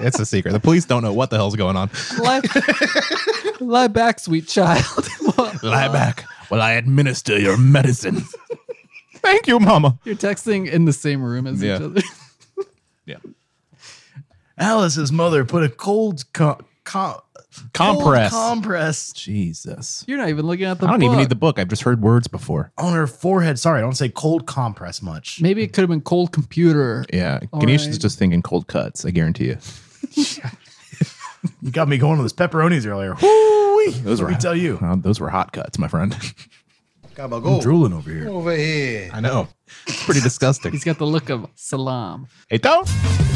Speaker 2: It's a secret. The police don't know what the hell's going on. *laughs*
Speaker 4: Lie, lie back, sweet child. *laughs*
Speaker 2: Lie back while I administer your medicine. Thank you, Mama.
Speaker 4: You're texting in the same room as
Speaker 2: Yeah.
Speaker 4: each other.
Speaker 2: Yeah.
Speaker 3: *laughs* Alice's mother put a cold co- co- cold
Speaker 2: Compress.
Speaker 3: compress
Speaker 2: Jesus.
Speaker 4: You're not even looking at the.
Speaker 2: I don't even
Speaker 4: book.
Speaker 2: need the book. I've just heard words before.
Speaker 3: on her forehead. Sorry, I don't say cold compress much.
Speaker 4: Maybe it could have been cold computer.
Speaker 2: Yeah.
Speaker 4: All
Speaker 2: Ganesh is
Speaker 4: right.
Speaker 2: just thinking cold cuts, I guarantee you.
Speaker 3: You got me going to those pepperonis earlier. Woo-wee.
Speaker 2: Those were
Speaker 3: Let me tell you,
Speaker 2: Uh, those were hot cuts, my friend.
Speaker 3: I'm drooling over here.
Speaker 2: I know.
Speaker 4: *laughs*
Speaker 2: It's pretty disgusting.
Speaker 4: He's got the look of salam.
Speaker 2: hey, don't.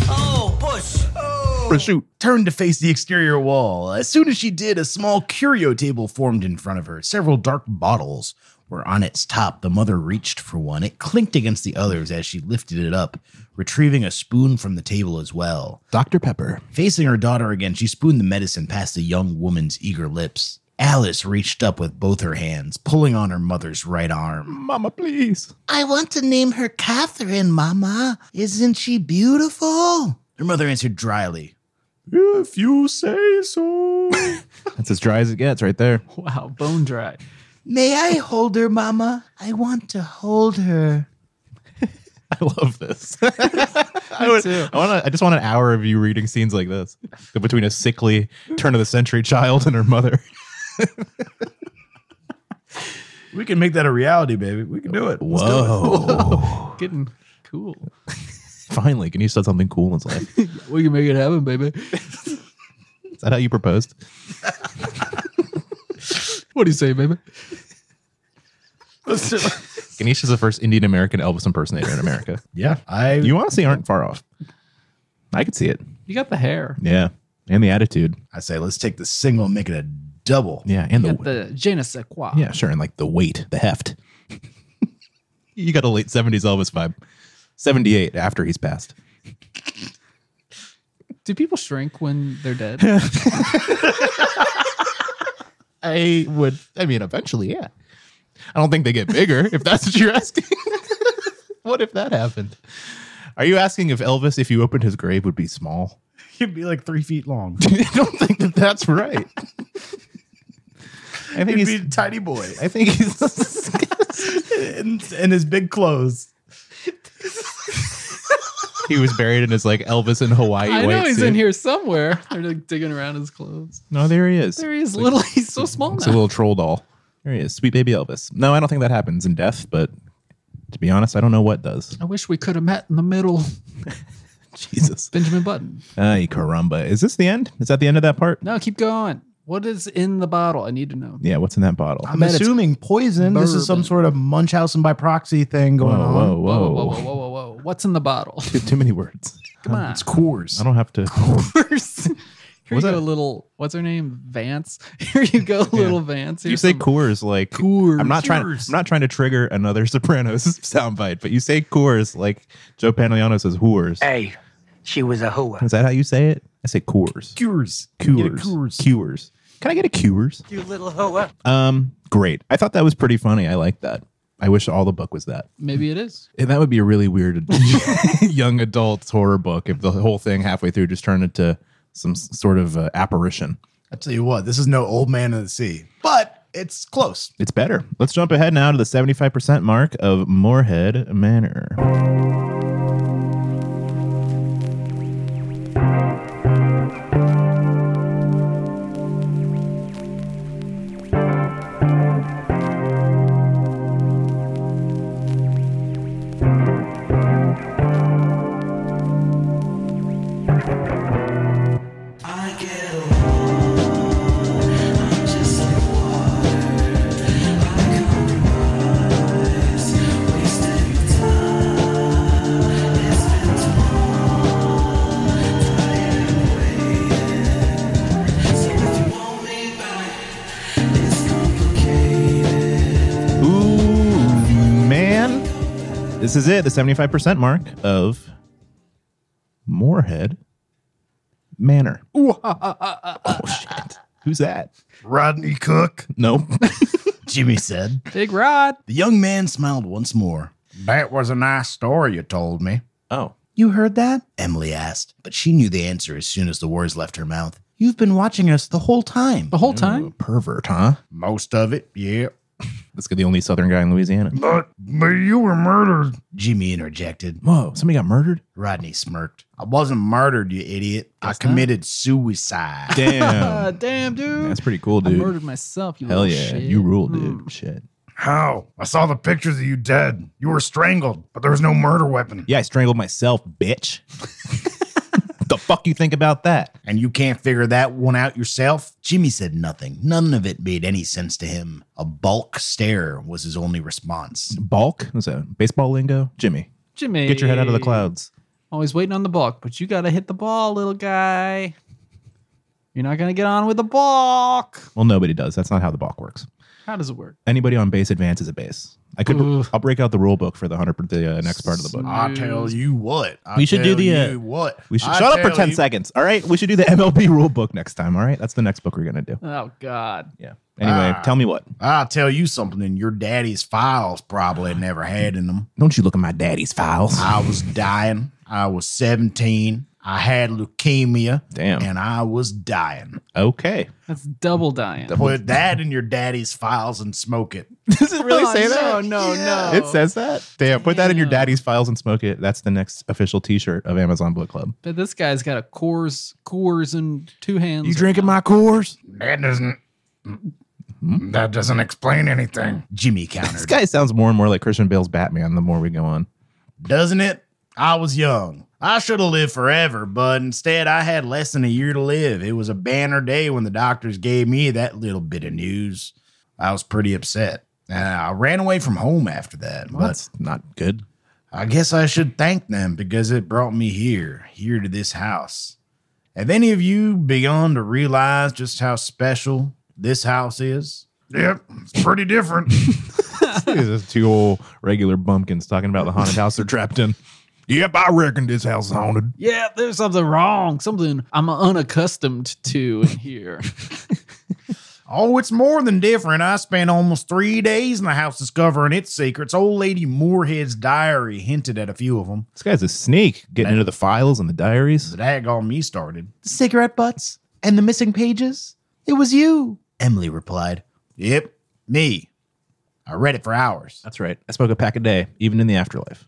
Speaker 7: Oh, push. Oh.
Speaker 2: Prosciutto.
Speaker 3: turned to face the exterior wall. As soon as she did, a small curio table formed in front of her. Several dark bottles were on its top. The mother reached for one. It clinked against the others as she lifted it up, retrieving a spoon from the table as well.
Speaker 2: Dr. Pepper.
Speaker 3: Facing her daughter again, she spooned the medicine past the young woman's eager lips. Alice reached up with both her hands, pulling on her mother's right arm.
Speaker 2: Mama, please.
Speaker 3: I want to name her Catherine, Mama. Isn't she beautiful? Her mother answered dryly.
Speaker 6: If you say so.
Speaker 2: *laughs* That's as dry as it gets right there.
Speaker 4: Wow, bone dry.
Speaker 3: May I hold her, Mama? I want to hold her.
Speaker 2: *laughs* I love
Speaker 6: *laughs*
Speaker 2: this. I, would, I, wanna, I just want an hour of you reading scenes like this between a sickly turn of the century child and her mother.
Speaker 6: *laughs* we can make that a reality, baby. We can do it. Let's do it. *laughs*
Speaker 4: Getting cool.
Speaker 2: Finally, can you said something cool in his life? Is
Speaker 4: We can make it happen, baby.
Speaker 2: that how you proposed?
Speaker 4: What do you say, baby?
Speaker 6: Let's do it.
Speaker 2: Ganesh is the first Indian American Elvis impersonator in America.
Speaker 6: *laughs* Yeah. I
Speaker 2: you honestly aren't far off. I could see it.
Speaker 4: You got the hair.
Speaker 2: Yeah. And the attitude.
Speaker 3: I say, let's take the single and make it a double.
Speaker 2: Yeah. And
Speaker 4: You
Speaker 2: the,
Speaker 4: got the je ne sais quoi.
Speaker 2: yeah, sure. And like the weight, the heft. *laughs* you got a late 70s Elvis vibe. 78 after he's passed.
Speaker 4: Do people shrink when they're *laughs* dead?
Speaker 2: I would, I mean, eventually, yeah. I don't think they get bigger if that's what you're asking. *laughs* what if that happened? Are you asking if Elvis, if you opened his grave, would be
Speaker 6: *laughs*
Speaker 2: small?
Speaker 6: You'd be like three feet long.
Speaker 2: *laughs* I don't think that that's right. I think
Speaker 6: He'd
Speaker 2: he's.
Speaker 6: be a tiny boy
Speaker 2: I think he's. *laughs*
Speaker 6: in, in his big clothes.
Speaker 2: he was buried in his like Elvis in Hawaii.
Speaker 4: I know
Speaker 2: white
Speaker 4: he's
Speaker 2: suit.
Speaker 4: in here somewhere. They're like digging around his clothes.
Speaker 2: No, there he is.
Speaker 4: There he is, little. He's so small
Speaker 2: It's
Speaker 4: now.
Speaker 2: a little troll doll. There he is, sweet baby Elvis. No, I don't think that happens in death, but to be honest, I don't know what does.
Speaker 4: I wish we could have met in the middle,
Speaker 2: Jesus.
Speaker 4: Benjamin Button.
Speaker 2: Ay, caramba. Is this the end? Is that the end of that part?
Speaker 4: No, keep going. What is in the bottle? I need to know.
Speaker 2: Yeah, what's in that bottle?
Speaker 6: I'm assuming poison. This is some
Speaker 4: bourbon.
Speaker 6: sort of Munchausen by proxy thing
Speaker 2: Whoa,
Speaker 6: going on.
Speaker 2: whoa,
Speaker 4: Whoa,
Speaker 2: whoa.
Speaker 4: whoa, whoa, whoa, whoa, whoa. What's in the *laughs* bottle?
Speaker 2: Too, too many words.
Speaker 4: Come on. *laughs*
Speaker 6: It's Coors.
Speaker 2: I don't have to.
Speaker 4: Coors. Here
Speaker 2: Was
Speaker 4: you
Speaker 2: that-
Speaker 4: go, little. What's her name? Vance. *laughs* Here you go, little Vance.
Speaker 2: You
Speaker 4: Here's
Speaker 2: say
Speaker 4: some-
Speaker 2: Coors like
Speaker 4: Coors.
Speaker 2: I'm not trying.
Speaker 6: Coors.
Speaker 2: I'm not trying to trigger another *laughs* Sopranos soundbite, but you say Coors like Joe Pantoliano says Hoors.
Speaker 7: Hey, she was a hooah.
Speaker 2: Is that how you say it? I say Coors.
Speaker 6: Coors. Get a
Speaker 2: Coors.
Speaker 6: Coors.
Speaker 2: Coors. Can I get a Coors?
Speaker 7: You little hooah.
Speaker 2: Um, great. I thought that was pretty funny. I like that. I wish all the book was that.
Speaker 4: Maybe it is.
Speaker 2: And that would be a really weird *laughs* young adult horror book if the whole thing halfway through just turned into some s- sort of uh, apparition.
Speaker 6: I tell you what, this is no old man of the sea, but it's close.
Speaker 2: It's better. Let's jump ahead now to the 75% mark of Moorhead Manor. Ooh, man. This is it, the 75% mark of Moorhead Manor. Ooh, oh, shit. Who's that?
Speaker 3: Rodney Cook,
Speaker 2: Nope.
Speaker 3: Jimmy said.
Speaker 4: Big Rod.
Speaker 3: The young man smiled once more. That was a nice story you told me.
Speaker 2: oh.
Speaker 3: You heard that? Emily asked, but she knew the answer as soon as the words left her mouth. You've been watching us the whole time.
Speaker 4: The whole time.
Speaker 2: Pervert, huh?
Speaker 3: Most of it, yeah.
Speaker 2: Let's get the only Southern guy in Louisiana.
Speaker 5: But, but you were murdered.
Speaker 3: Jimmy interjected.
Speaker 2: Whoa, somebody got murdered?
Speaker 3: Rodney smirked. I wasn't murdered, you idiot. I committed suicide.
Speaker 4: *laughs* Ah,
Speaker 2: Damn.
Speaker 4: damn, dude.
Speaker 2: That's pretty cool,
Speaker 4: I
Speaker 2: dude.
Speaker 4: murdered myself. You
Speaker 2: Hell
Speaker 4: little
Speaker 2: yeah.
Speaker 4: shit.
Speaker 2: You rule, dude.
Speaker 4: Mm.
Speaker 2: Shit.
Speaker 5: How? I saw the pictures of you dead. You were strangled, but there was no murder weapon.
Speaker 2: Yeah, I strangled myself, bitch. *laughs* the fuck you think about that?
Speaker 3: and you can't figure that one out yourself? Jimmy said nothing. None of it made any sense to him. A bulk stare was his only response.
Speaker 2: Balk? Is that baseball lingo? Jimmy,
Speaker 4: Jimmy.
Speaker 2: get your head out of the clouds.
Speaker 4: Always waiting on the balk, but you gotta hit the ball, little guy. You're not gonna get on with the balk.
Speaker 2: Well, nobody does. That's not how the balk works.
Speaker 4: How does it work?
Speaker 2: Anybody on base advances a base. I could.
Speaker 4: Ooh.
Speaker 2: I'll break out the rule book for the hundred. The uh, next part of the book.
Speaker 4: Snap.
Speaker 6: I tell you what. I
Speaker 2: We should do
Speaker 6: tell
Speaker 2: the, uh,
Speaker 6: you what.
Speaker 2: We should
Speaker 6: I
Speaker 2: shut up for
Speaker 6: tell
Speaker 2: ten
Speaker 6: you-
Speaker 2: seconds. All right. We should do the MLB rule book next time. All right. That's the next book we're gonna do.
Speaker 4: Oh God.
Speaker 2: Yeah. Anyway,
Speaker 6: Ah.
Speaker 2: tell me what.
Speaker 6: I'll tell you something. Your daddy's files probably never had in them.
Speaker 2: Don't you look at my daddy's files?
Speaker 6: I was dying. I was 17. I had leukemia
Speaker 2: Damn.
Speaker 6: and I was dying.
Speaker 2: Okay.
Speaker 4: That's double dying.
Speaker 6: Put that in your daddy's files and smoke it.
Speaker 2: *laughs* Does it really
Speaker 4: Oh,
Speaker 2: say that?
Speaker 4: No, no, no.
Speaker 2: It says that. Damn. Put that in your
Speaker 4: Damn.
Speaker 2: daddy's files and smoke it. That's the next official T-shirt of Amazon Book Club.
Speaker 4: But this guy's got a Coors, Coors in two hands.
Speaker 2: my Coors?
Speaker 5: That doesn't. That doesn't explain anything.
Speaker 6: Jimmy
Speaker 2: This
Speaker 6: countered.
Speaker 2: guy sounds more and more like Christian Bale's Batman the more we go on.
Speaker 6: Doesn't it? I was young. I should have lived forever, but instead I had less than a year to live. It was a banner day when the doctors gave me that little bit of news. I was pretty upset. Uh, I ran away from home after that.
Speaker 2: Well,
Speaker 6: But
Speaker 2: that's not *laughs* good.
Speaker 6: I guess I should thank them because it brought me here, here to this house. Have any of you begun to realize just how special this house is?
Speaker 5: Yep, it's pretty different.
Speaker 2: These are two old regular bumpkins talking about the haunted house they're trapped in.
Speaker 5: yep, I reckon this house is haunted.
Speaker 4: Yeah, there's something wrong. Something I'm unaccustomed
Speaker 2: *laughs*
Speaker 4: to in here.
Speaker 6: Oh, it's more than different. I spent almost three days in the house discovering its secrets. Old Lady Moorhead's diary hinted at a few of them.
Speaker 2: This guy's a sneak getting into the files and the diaries.
Speaker 6: So that got me started.
Speaker 3: The cigarette butts and the missing pages. It was you.
Speaker 6: Emily replied, Yep, me. I read it for hours.
Speaker 2: That's right. I smoke a pack a day, even in the afterlife.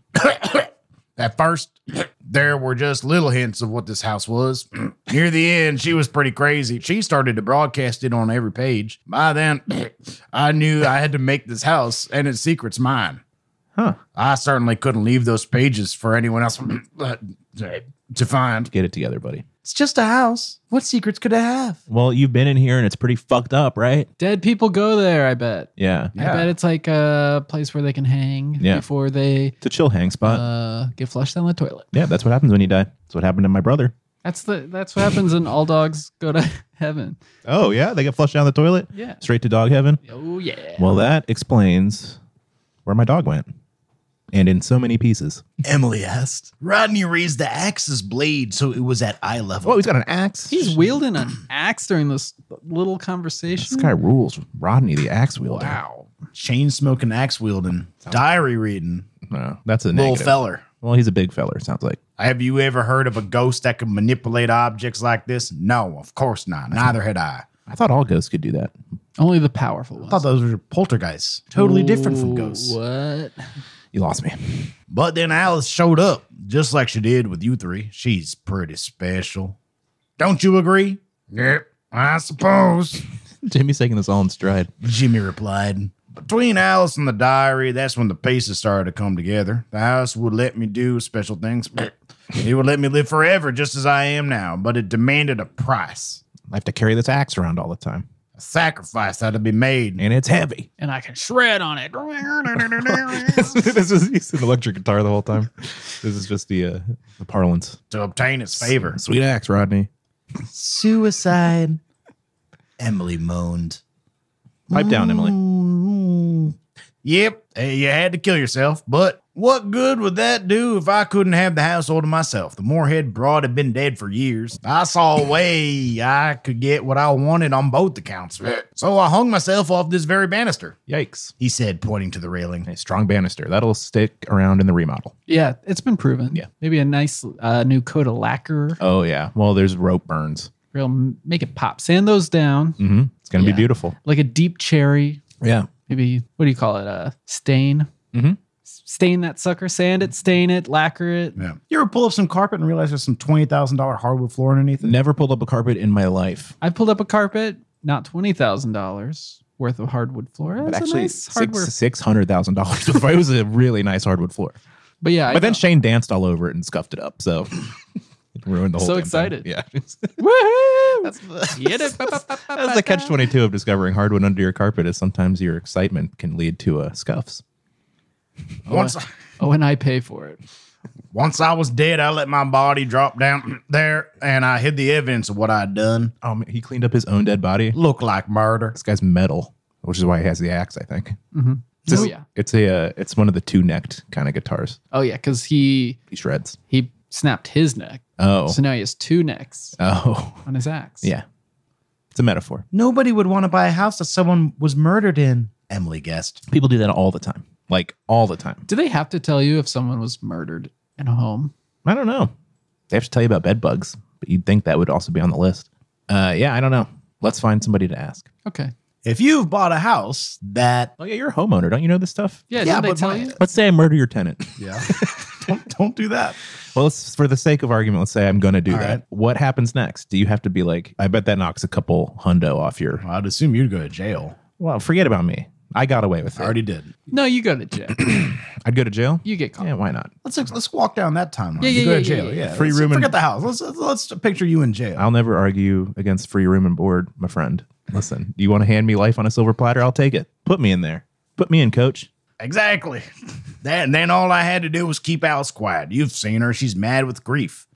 Speaker 6: At first, *clears throat* there were just little hints of what this house was. *clears throat* Near the end, she was pretty crazy. She started to broadcast it on every page. By then, *clears throat* I knew I had to make this house and its secrets mine.
Speaker 2: Huh.
Speaker 6: I certainly couldn't leave those pages for anyone else *clears throat* to find.
Speaker 2: Get it together, buddy.
Speaker 3: It's just a house. What secrets could I have?
Speaker 2: Well, you've been in here and it's pretty fucked up, right?
Speaker 4: Dead people go there, I bet.
Speaker 2: Yeah.
Speaker 4: I
Speaker 6: Yeah.
Speaker 4: bet it's like a place where they can hang
Speaker 2: Yeah.
Speaker 4: before they
Speaker 2: It's a chill hang spot.
Speaker 4: uh, get flushed down the toilet.
Speaker 2: yeah, that's what happens when you die. That's what happened to my brother.
Speaker 4: That's the that's what happens in all dogs go to *laughs* heaven.
Speaker 2: Oh, yeah. They get flushed down the toilet?
Speaker 4: Yeah.
Speaker 2: Straight to dog heaven?
Speaker 4: Oh yeah.
Speaker 2: Well, that explains where my dog went. And in so many pieces.
Speaker 3: Emily asked.
Speaker 6: Rodney raised the axe's blade so it was at eye level.
Speaker 2: Oh, he's got an axe.
Speaker 4: He's wielding an axe during this little conversation.
Speaker 2: this guy rules. Rodney, the axe wielder.
Speaker 4: wow.
Speaker 6: Chain smoking, axe wielding, diary reading,
Speaker 2: No, that's a
Speaker 6: little
Speaker 2: negative.
Speaker 6: feller.
Speaker 2: Well, he's a big feller. Sounds like
Speaker 6: Have you ever heard of a ghost that can manipulate objects like this? No, of course not. Neither had I.
Speaker 2: I thought all ghosts could do that.
Speaker 4: Only the powerful ones.
Speaker 6: I thought those were poltergeists. Totally different from
Speaker 4: Ooh,
Speaker 6: ghosts.
Speaker 4: What?
Speaker 2: You lost me.
Speaker 6: But then Alice showed up, just like she did with you three. She's pretty special. Don't you agree?
Speaker 5: Yep, I suppose.
Speaker 2: *laughs* Jimmy's taking this all in stride.
Speaker 6: Jimmy replied. Between Alice and the diary, that's when the pieces started to come together. The house would let me do special things. it would let me live forever just as I am now, but it demanded a price.
Speaker 2: I have to carry this axe around all the time,
Speaker 6: A sacrifice had to be made.
Speaker 2: and it's *laughs* heavy.
Speaker 4: And I can shred on it.
Speaker 2: this is he's an electric guitar the whole time. This is just the uh, the parlance.
Speaker 6: To obtain its favor.
Speaker 2: Sweet axe, Rodney.
Speaker 3: Suicide.
Speaker 6: Emily moaned.
Speaker 2: Pipe down, Emily.
Speaker 6: Yep, eh, you had to kill yourself, but what good would that do if I couldn't have the household to myself? The Moorhead broad had been dead for years. I saw a way I could get what I wanted on both accounts, so I hung myself off this very banister,
Speaker 2: Yikes!
Speaker 6: he said, pointing to the railing.
Speaker 2: A strong banister that'll stick around in the remodel.
Speaker 4: *laughs* yeah, it's been proven.
Speaker 2: Yeah.
Speaker 4: Maybe a nice uh, new coat of lacquer.
Speaker 2: Oh yeah. Well, there's rope burns.
Speaker 4: Real make it pop. Sand those down
Speaker 2: Mm-hmm. It's gonna
Speaker 4: Yeah.
Speaker 2: be beautiful.
Speaker 4: like a deep cherry.
Speaker 2: Yeah.
Speaker 4: Maybe what do you call it? A stain.
Speaker 2: Mhm.
Speaker 4: S- Stain that sucker. Sand it. Stain it. Lacquer it.
Speaker 6: Yeah. You ever pull up some carpet and realize there's some $20,000 hardwood floor underneath it?
Speaker 2: Never pulled up a carpet in my life.
Speaker 4: I pulled up a carpet, not twenty thousand dollars worth of hardwood floor. It
Speaker 2: But
Speaker 4: was
Speaker 2: actually,
Speaker 4: a nice hardware.
Speaker 2: six six hundred thousand
Speaker 4: *laughs*
Speaker 2: dollars. It was a really nice hardwood floor.
Speaker 4: but yeah,
Speaker 2: but then Shane danced all over it and scuffed it up. So *laughs* it ruined the whole
Speaker 4: So
Speaker 2: damn
Speaker 4: excited.
Speaker 2: Thing. Yeah. *laughs*
Speaker 4: woohoo! That's, *laughs*
Speaker 2: That's the catch 22 of discovering hardwood under your carpet is sometimes your excitement can lead to uh, scuffs.
Speaker 6: Once,
Speaker 4: Oh, and I pay for it.
Speaker 6: Once I was dead, I let my body drop down there and I hid the evidence of what I'd done.
Speaker 2: Oh, man, he cleaned up his own dead body.
Speaker 6: Look like murder.
Speaker 2: This guy's metal, which is why he has the axe. I think. It's
Speaker 4: Oh,
Speaker 2: a-
Speaker 4: yeah.
Speaker 2: It's a. Uh, it's one of the two necked kind of guitars.
Speaker 4: Oh yeah, because he
Speaker 2: He shreds.
Speaker 4: he snapped his neck,
Speaker 2: Oh.
Speaker 4: so now he has two necks
Speaker 2: oh. *laughs*
Speaker 4: on his axe.
Speaker 2: Yeah. It's a metaphor.
Speaker 6: Nobody would want to buy a house that someone was murdered in. Emily guessed.
Speaker 2: People do that all the time. Like all the time.
Speaker 4: Do they have to tell you if someone was murdered in a home?
Speaker 2: I don't know. They have to tell you about bed bugs, but you'd think that would also be on the list. Uh, yeah, I don't know. Let's find somebody to ask.
Speaker 4: Okay.
Speaker 6: If you've bought a house that
Speaker 2: Oh yeah, you're a homeowner. Don't you know this stuff?
Speaker 4: Yeah.
Speaker 6: Yeah,
Speaker 4: did they
Speaker 6: but
Speaker 4: tell
Speaker 6: my-
Speaker 4: you?
Speaker 2: Let's say I murder your tenant. *laughs*
Speaker 6: *laughs* don't don't do that.
Speaker 2: Well, let's, for the sake of argument, let's say I'm going to do
Speaker 6: All
Speaker 2: that.
Speaker 6: right.
Speaker 2: What happens next? Do you have to be like, I bet that knocks a couple hundo off your.
Speaker 6: I'd assume you'd go to jail.
Speaker 2: Well, forget about me. I got away with it.
Speaker 6: I already did.
Speaker 4: No, you go to
Speaker 2: *clears throat*
Speaker 4: jail.
Speaker 2: I'd go to jail.
Speaker 4: You get caught.
Speaker 2: Yeah, why not?
Speaker 6: Let's let's walk down that timeline.
Speaker 4: Yeah,
Speaker 6: you
Speaker 4: yeah,
Speaker 6: go
Speaker 4: yeah,
Speaker 6: to
Speaker 4: yeah,
Speaker 6: jail.
Speaker 4: yeah, yeah.
Speaker 6: Free
Speaker 2: Let's-
Speaker 6: room.
Speaker 2: forget
Speaker 6: Forget the house. Let's, let's picture you in jail.
Speaker 2: I'll never argue against free room and board, my friend. Listen, you want to hand me life on a silver platter? I'll take it. Put me in there. Put me in, coach.
Speaker 6: Exactly. *laughs* That and then all I had to do was keep Alice quiet. You've seen her. She's mad with grief.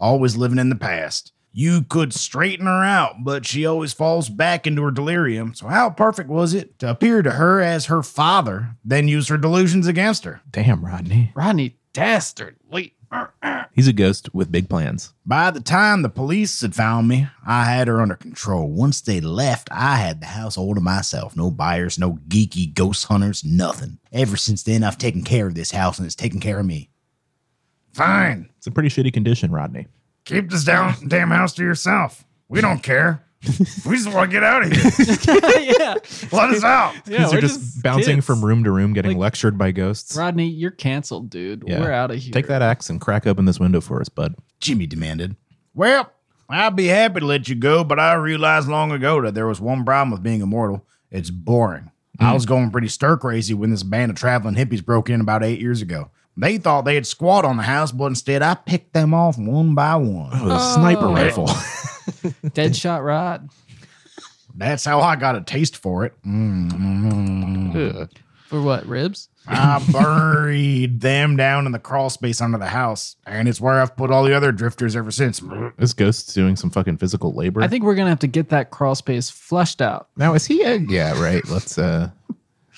Speaker 6: Always living in the past. You could straighten her out, but she always falls back into her delirium. So how perfect was it to appear to her as her father, then use her delusions against her?
Speaker 2: Damn, Rodney.
Speaker 4: Rodney dastardly.
Speaker 2: He's a ghost with big plans.
Speaker 6: By the time the police had found me, I had her under control. Once they left, I had the house all to myself. No buyers, no geeky ghost hunters, nothing. Ever since then, I've taken care of this house and it's taken care of me.
Speaker 5: Fine.
Speaker 2: It's a pretty shitty condition, Rodney.
Speaker 5: Keep this down, damn house to yourself. We don't care. we just want to get out of here.
Speaker 2: *laughs*
Speaker 4: yeah.
Speaker 5: Let us out.
Speaker 4: Yeah.
Speaker 2: These are
Speaker 4: we're
Speaker 2: just, bouncing
Speaker 4: kids.
Speaker 2: from room to room, getting
Speaker 4: Like-
Speaker 2: lectured by ghosts.
Speaker 4: Rodney, you're canceled, dude.
Speaker 2: Yeah.
Speaker 4: We're out of here.
Speaker 2: Take that axe and crack open this window for us, bud.
Speaker 6: *laughs* Jimmy demanded. Well, I'd be happy to let you go, but I realized long ago that there was one problem with being immortal. It's boring. I was going pretty stir crazy when this band of traveling hippies broke in about eight years ago. They thought they had squat on the house, but instead I picked them off one by one.
Speaker 2: Oh, the sniper rifle.
Speaker 4: Deadshot Rod.
Speaker 6: That's how I got a taste for it.
Speaker 2: Uh,
Speaker 6: Mm.
Speaker 4: For what? Ribs?
Speaker 6: I buried them down in the crawl space under the house, and it's where I've put all the other drifters ever since.
Speaker 2: *laughs* this ghost's doing some fucking physical labor.
Speaker 4: I think we're gonna have to get that crawl space flushed out.
Speaker 2: now is he? A, yeah, right. Let's uh, *laughs*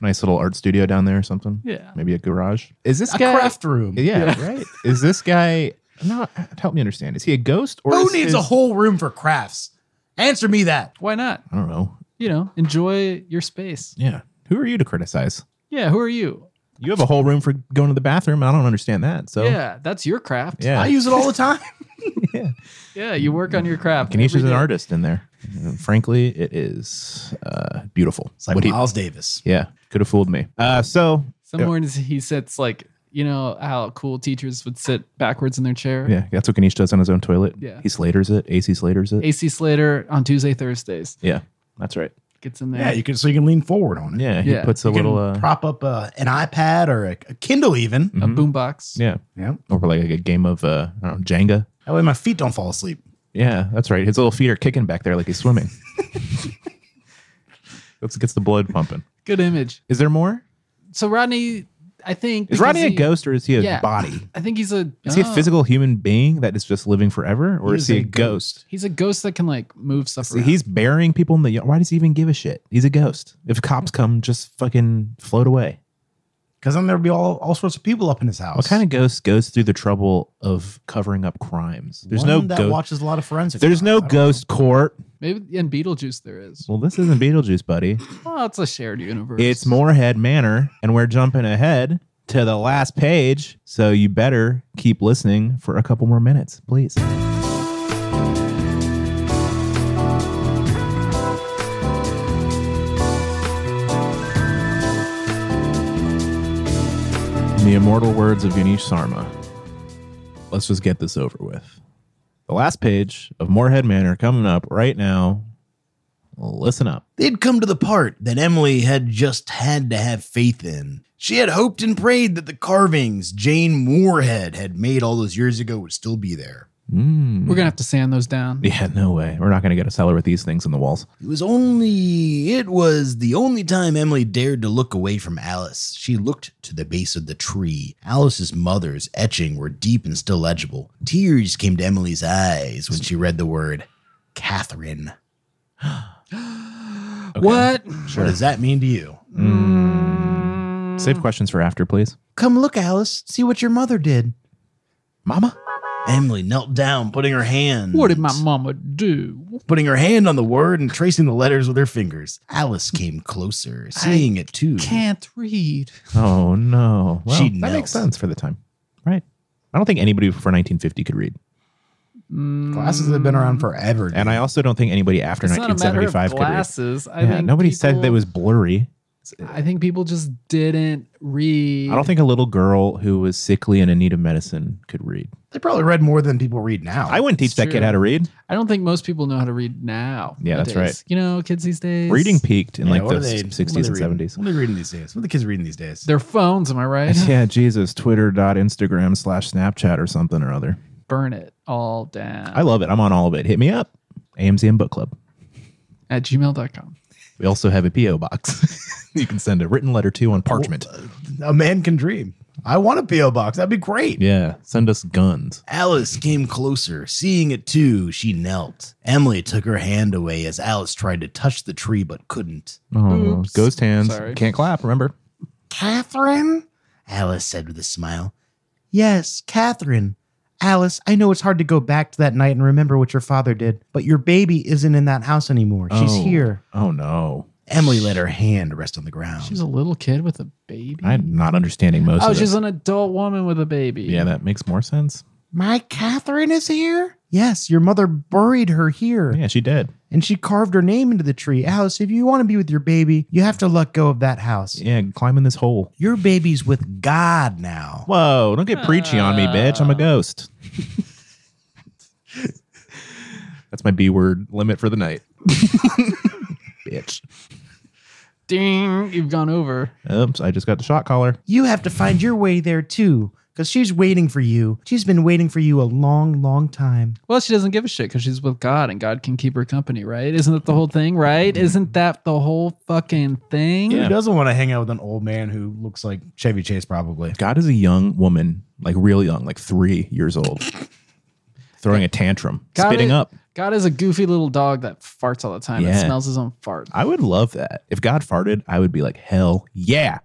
Speaker 2: nice little art studio down there or something.
Speaker 4: Yeah.
Speaker 2: maybe a garage. Is this
Speaker 6: A
Speaker 2: guy?
Speaker 6: craft room.
Speaker 2: yeah, right. Is this guy? No, help me understand. Is he a ghost or
Speaker 6: Who
Speaker 2: is
Speaker 6: needs
Speaker 2: his-
Speaker 6: a whole room for crafts? Answer me that.
Speaker 4: Why not?
Speaker 2: I don't know.
Speaker 4: You know, enjoy your space.
Speaker 2: Yeah, who are you to criticize?
Speaker 4: Yeah. Who are you?
Speaker 2: You have a whole room for going to the bathroom. I don't understand that. So
Speaker 4: Yeah, that's your craft.
Speaker 2: yeah.
Speaker 6: I use it all the time.
Speaker 4: Yeah, you work on your craft.
Speaker 2: Ganesh is
Speaker 4: every
Speaker 2: an
Speaker 4: day.
Speaker 2: artist in there. And frankly, it is uh, beautiful. What he-
Speaker 6: Miles Davis.
Speaker 2: yeah, could have fooled me. Uh, so
Speaker 4: Somewhere in his- he sits like you know how cool teachers would sit backwards in their chair.
Speaker 2: yeah, that's what Ganesh does on his own toilet.
Speaker 4: Yeah.
Speaker 2: he slaters it. AC slaters it.
Speaker 4: AC Slater on Tuesday Thursdays
Speaker 2: yeah, that's right.
Speaker 4: gets in there.
Speaker 6: *laughs* Yeah, you can so you can lean forward on it.
Speaker 2: Yeah, he
Speaker 4: Yeah.
Speaker 2: puts a
Speaker 6: You can
Speaker 2: little uh,
Speaker 6: prop up uh, an iPad or a, a Kindle even.
Speaker 4: a
Speaker 2: mhm.
Speaker 4: boombox.
Speaker 2: Yeah,
Speaker 6: Yeah.
Speaker 2: or like a game of uh, I don't know, Jenga.
Speaker 6: That way my feet don't fall asleep.
Speaker 2: Yeah, that's right. His little feet are kicking back there like he's
Speaker 6: *laughs*
Speaker 2: swimming. That's gets the blood pumping.
Speaker 4: Good image.
Speaker 2: Is there more?
Speaker 4: So Rodney, I think
Speaker 2: Is Rodney a
Speaker 4: because he-
Speaker 2: ghost or is he a
Speaker 4: Yeah.
Speaker 2: body?
Speaker 4: I think he's a
Speaker 2: Is he a
Speaker 4: oh,
Speaker 2: physical human being that is just living forever, or
Speaker 6: He
Speaker 2: is
Speaker 6: is
Speaker 2: he a,
Speaker 6: a
Speaker 2: ghost?
Speaker 4: He's a ghost that can like move stuff.
Speaker 2: See,
Speaker 4: around.
Speaker 2: he's burying people in the yard. Why does he even give a shit? He's a ghost. If cops come, just fucking float away.
Speaker 6: Because then there'll be all, all sorts of people up in his house.
Speaker 2: What kind of ghost goes through the trouble of covering up crimes? There's
Speaker 6: One
Speaker 2: no
Speaker 6: that
Speaker 2: ghost.
Speaker 6: watches a lot of forensic.
Speaker 2: There's
Speaker 6: stuff.
Speaker 2: no
Speaker 6: I don't
Speaker 2: ghost court.
Speaker 4: maybe in Beetlejuice there is.
Speaker 2: Well, this isn't Beetlejuice, buddy.
Speaker 4: Oh, it's a shared universe.
Speaker 2: It's Moorhead Manor, and we're jumping ahead to the last page. So you better keep listening for a couple more minutes, please. In the immortal words of Ganesh Sarma, let's just get this over with. The last page of Moorhead Manor coming up right now. Listen up.
Speaker 3: They'd come to the part
Speaker 6: that Emily had just had to have faith in. She had hoped and prayed that the carvings Jane Moorhead had made all those years ago would still be there.
Speaker 2: Hmm.
Speaker 4: We're gonna have to sand those down.
Speaker 2: Yeah, no way. We're not going to get a cellar with these things in the walls.
Speaker 6: It was only it was the only time Emily dared to look away from Alice. She looked to the base of the tree. Alice's mother's etching were deep and still legible. Tears came to Emily's eyes when she read the word Catherine.
Speaker 4: What?
Speaker 6: What does that mean to you?
Speaker 2: Save questions for after, please.
Speaker 6: Come look, Alice. See what your mother did.
Speaker 2: Mama?
Speaker 6: Emily knelt down, putting her hand
Speaker 4: What did my mama do?
Speaker 6: putting her hand on the word and tracing the letters with her fingers. Alice came closer, seeing it too.
Speaker 4: Can't read.
Speaker 2: Oh, no. Well,
Speaker 6: She
Speaker 2: that
Speaker 6: knelt.
Speaker 2: makes sense for the time. Right. I don't think anybody before 1950 could read.
Speaker 8: Glasses have been around forever.
Speaker 2: And I also don't think anybody after
Speaker 4: Mm. It's not a matter of
Speaker 2: 1975 could read.
Speaker 4: glasses. I
Speaker 2: Yeah,
Speaker 4: think
Speaker 2: nobody
Speaker 4: people,
Speaker 2: said that it was blurry.
Speaker 4: I think people just didn't read.
Speaker 2: I don't think a little girl who was sickly and in need of medicine could read.
Speaker 8: they probably read more than people read now.
Speaker 2: I wouldn't teach
Speaker 4: It's
Speaker 2: that
Speaker 4: true.
Speaker 2: kid how to read.
Speaker 4: I don't think most people know how to read now.
Speaker 2: Yeah, that's
Speaker 4: nowadays. You know, kids these days.
Speaker 2: Reading peaked in
Speaker 8: Yeah,
Speaker 2: like
Speaker 8: what
Speaker 2: the
Speaker 8: are they- what are they
Speaker 2: 60s and
Speaker 8: reading?
Speaker 6: *laughs*
Speaker 2: 70s.
Speaker 8: What are they reading these days? What are the kids reading these days?
Speaker 4: their phones. Am I right?
Speaker 2: Yeah, Jesus, Twitter dot Instagram slash Snapchat or something or other.
Speaker 4: Burn it all down
Speaker 2: I love it. I'm on all of it. Hit me up. AMZM Book Club.
Speaker 4: at gmail.com.
Speaker 2: We also have a PO box. *laughs* you can send a written letter to on parchment.
Speaker 8: A man can dream. I want a PO box. That'd be great.
Speaker 2: Yeah, send us guns.
Speaker 6: Alice came closer, seeing it too. She knelt. Emily took her hand away as Alice tried to touch the tree but couldn't.
Speaker 2: Oh, ghost hands.
Speaker 4: Sorry.
Speaker 2: Can't clap. Remember?
Speaker 6: Catherine? Alice said with a smile. Yes, Catherine.
Speaker 9: Alice, I know it's hard to go back to that night and remember what your father did, but your baby isn't in that house anymore. She's
Speaker 2: Oh.
Speaker 9: here.
Speaker 2: Oh no,
Speaker 6: Emily let her hand rest on the ground.
Speaker 4: She was a little kid with a baby.
Speaker 2: I'm not understanding most
Speaker 4: oh,
Speaker 2: of
Speaker 4: she's
Speaker 2: this.
Speaker 4: an adult woman with a baby.
Speaker 2: yeah, that makes more sense.
Speaker 9: My Catherine is here? Yes, your mother buried her here
Speaker 2: Yeah, she did.
Speaker 9: and she carved her name into the tree. Alice, if you want to be with your baby, you have to let go of that house.
Speaker 2: Yeah, climbing this hole.
Speaker 6: Your baby's with God now.
Speaker 2: Whoa! Don't get preachy on me, bitch.
Speaker 4: Uh.
Speaker 2: I'm a ghost. *laughs* That's my B word limit for the
Speaker 4: *laughs*
Speaker 2: night. bitch.
Speaker 4: Ding, you've gone over.
Speaker 2: Oops, I just got the shot collar.
Speaker 9: You have to find your way there too, because she's waiting for you. She's been waiting for you a long, long time.
Speaker 4: Well, she doesn't give a shit because she's with God and God can keep her company, right? Isn't that the whole thing, right? Isn't that the whole fucking thing?
Speaker 2: Yeah.
Speaker 8: Who doesn't want to hang out with an old man who looks like Chevy Chase? Probably.
Speaker 2: God is a young woman, like real young, like three years old, throwing a tantrum,
Speaker 4: God
Speaker 2: spitting
Speaker 4: is-
Speaker 2: up.
Speaker 4: God is a goofy little dog that farts all the time and
Speaker 2: Yeah.
Speaker 4: smells his own fart.
Speaker 2: I would love that. If God farted, I would be like, hell yeah.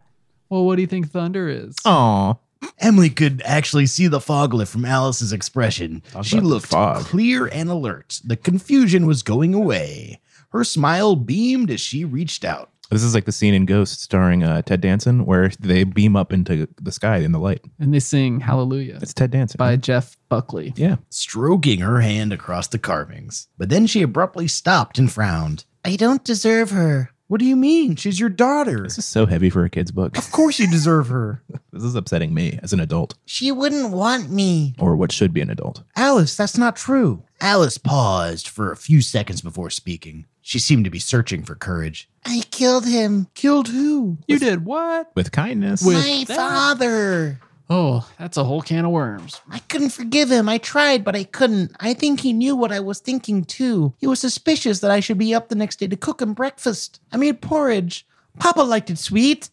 Speaker 4: Well, what do you think thunder is?
Speaker 2: Oh. Aw.
Speaker 6: Emily could actually see the fog lift from Alice's expression. she
Speaker 2: about
Speaker 6: looked
Speaker 2: fog.
Speaker 6: clear and alert. The confusion was going away. Her smile beamed as she reached out.
Speaker 2: This is like the scene in Ghost starring uh, Ted Danson where they beam up into the sky in the light.
Speaker 4: And they sing Hallelujah
Speaker 2: It's Ted Danson.
Speaker 4: by Jeff Buckley.
Speaker 2: yeah.
Speaker 6: stroking her hand across the carvings. But then she abruptly stopped and frowned.
Speaker 9: I don't deserve her. What do you mean? She's your daughter.
Speaker 2: This is so heavy for a kid's book.
Speaker 9: *laughs* Of course you deserve her.
Speaker 2: this is upsetting me as an adult,
Speaker 9: She wouldn't want me.
Speaker 2: or what should be an adult.
Speaker 9: Alice, that's not true.
Speaker 6: Alice paused for a few seconds before speaking. She seemed to be searching for courage.
Speaker 9: I killed him. Killed who?
Speaker 4: You did what?
Speaker 2: With kindness.
Speaker 4: With-
Speaker 9: My
Speaker 4: that?
Speaker 9: father.
Speaker 4: Oh, that's a whole can of worms. *laughs*
Speaker 9: I couldn't forgive him. I tried, but I couldn't. I think he knew what I was thinking, too. He was suspicious that I should be up the next day to cook him breakfast. I made porridge. Papa liked it sweet.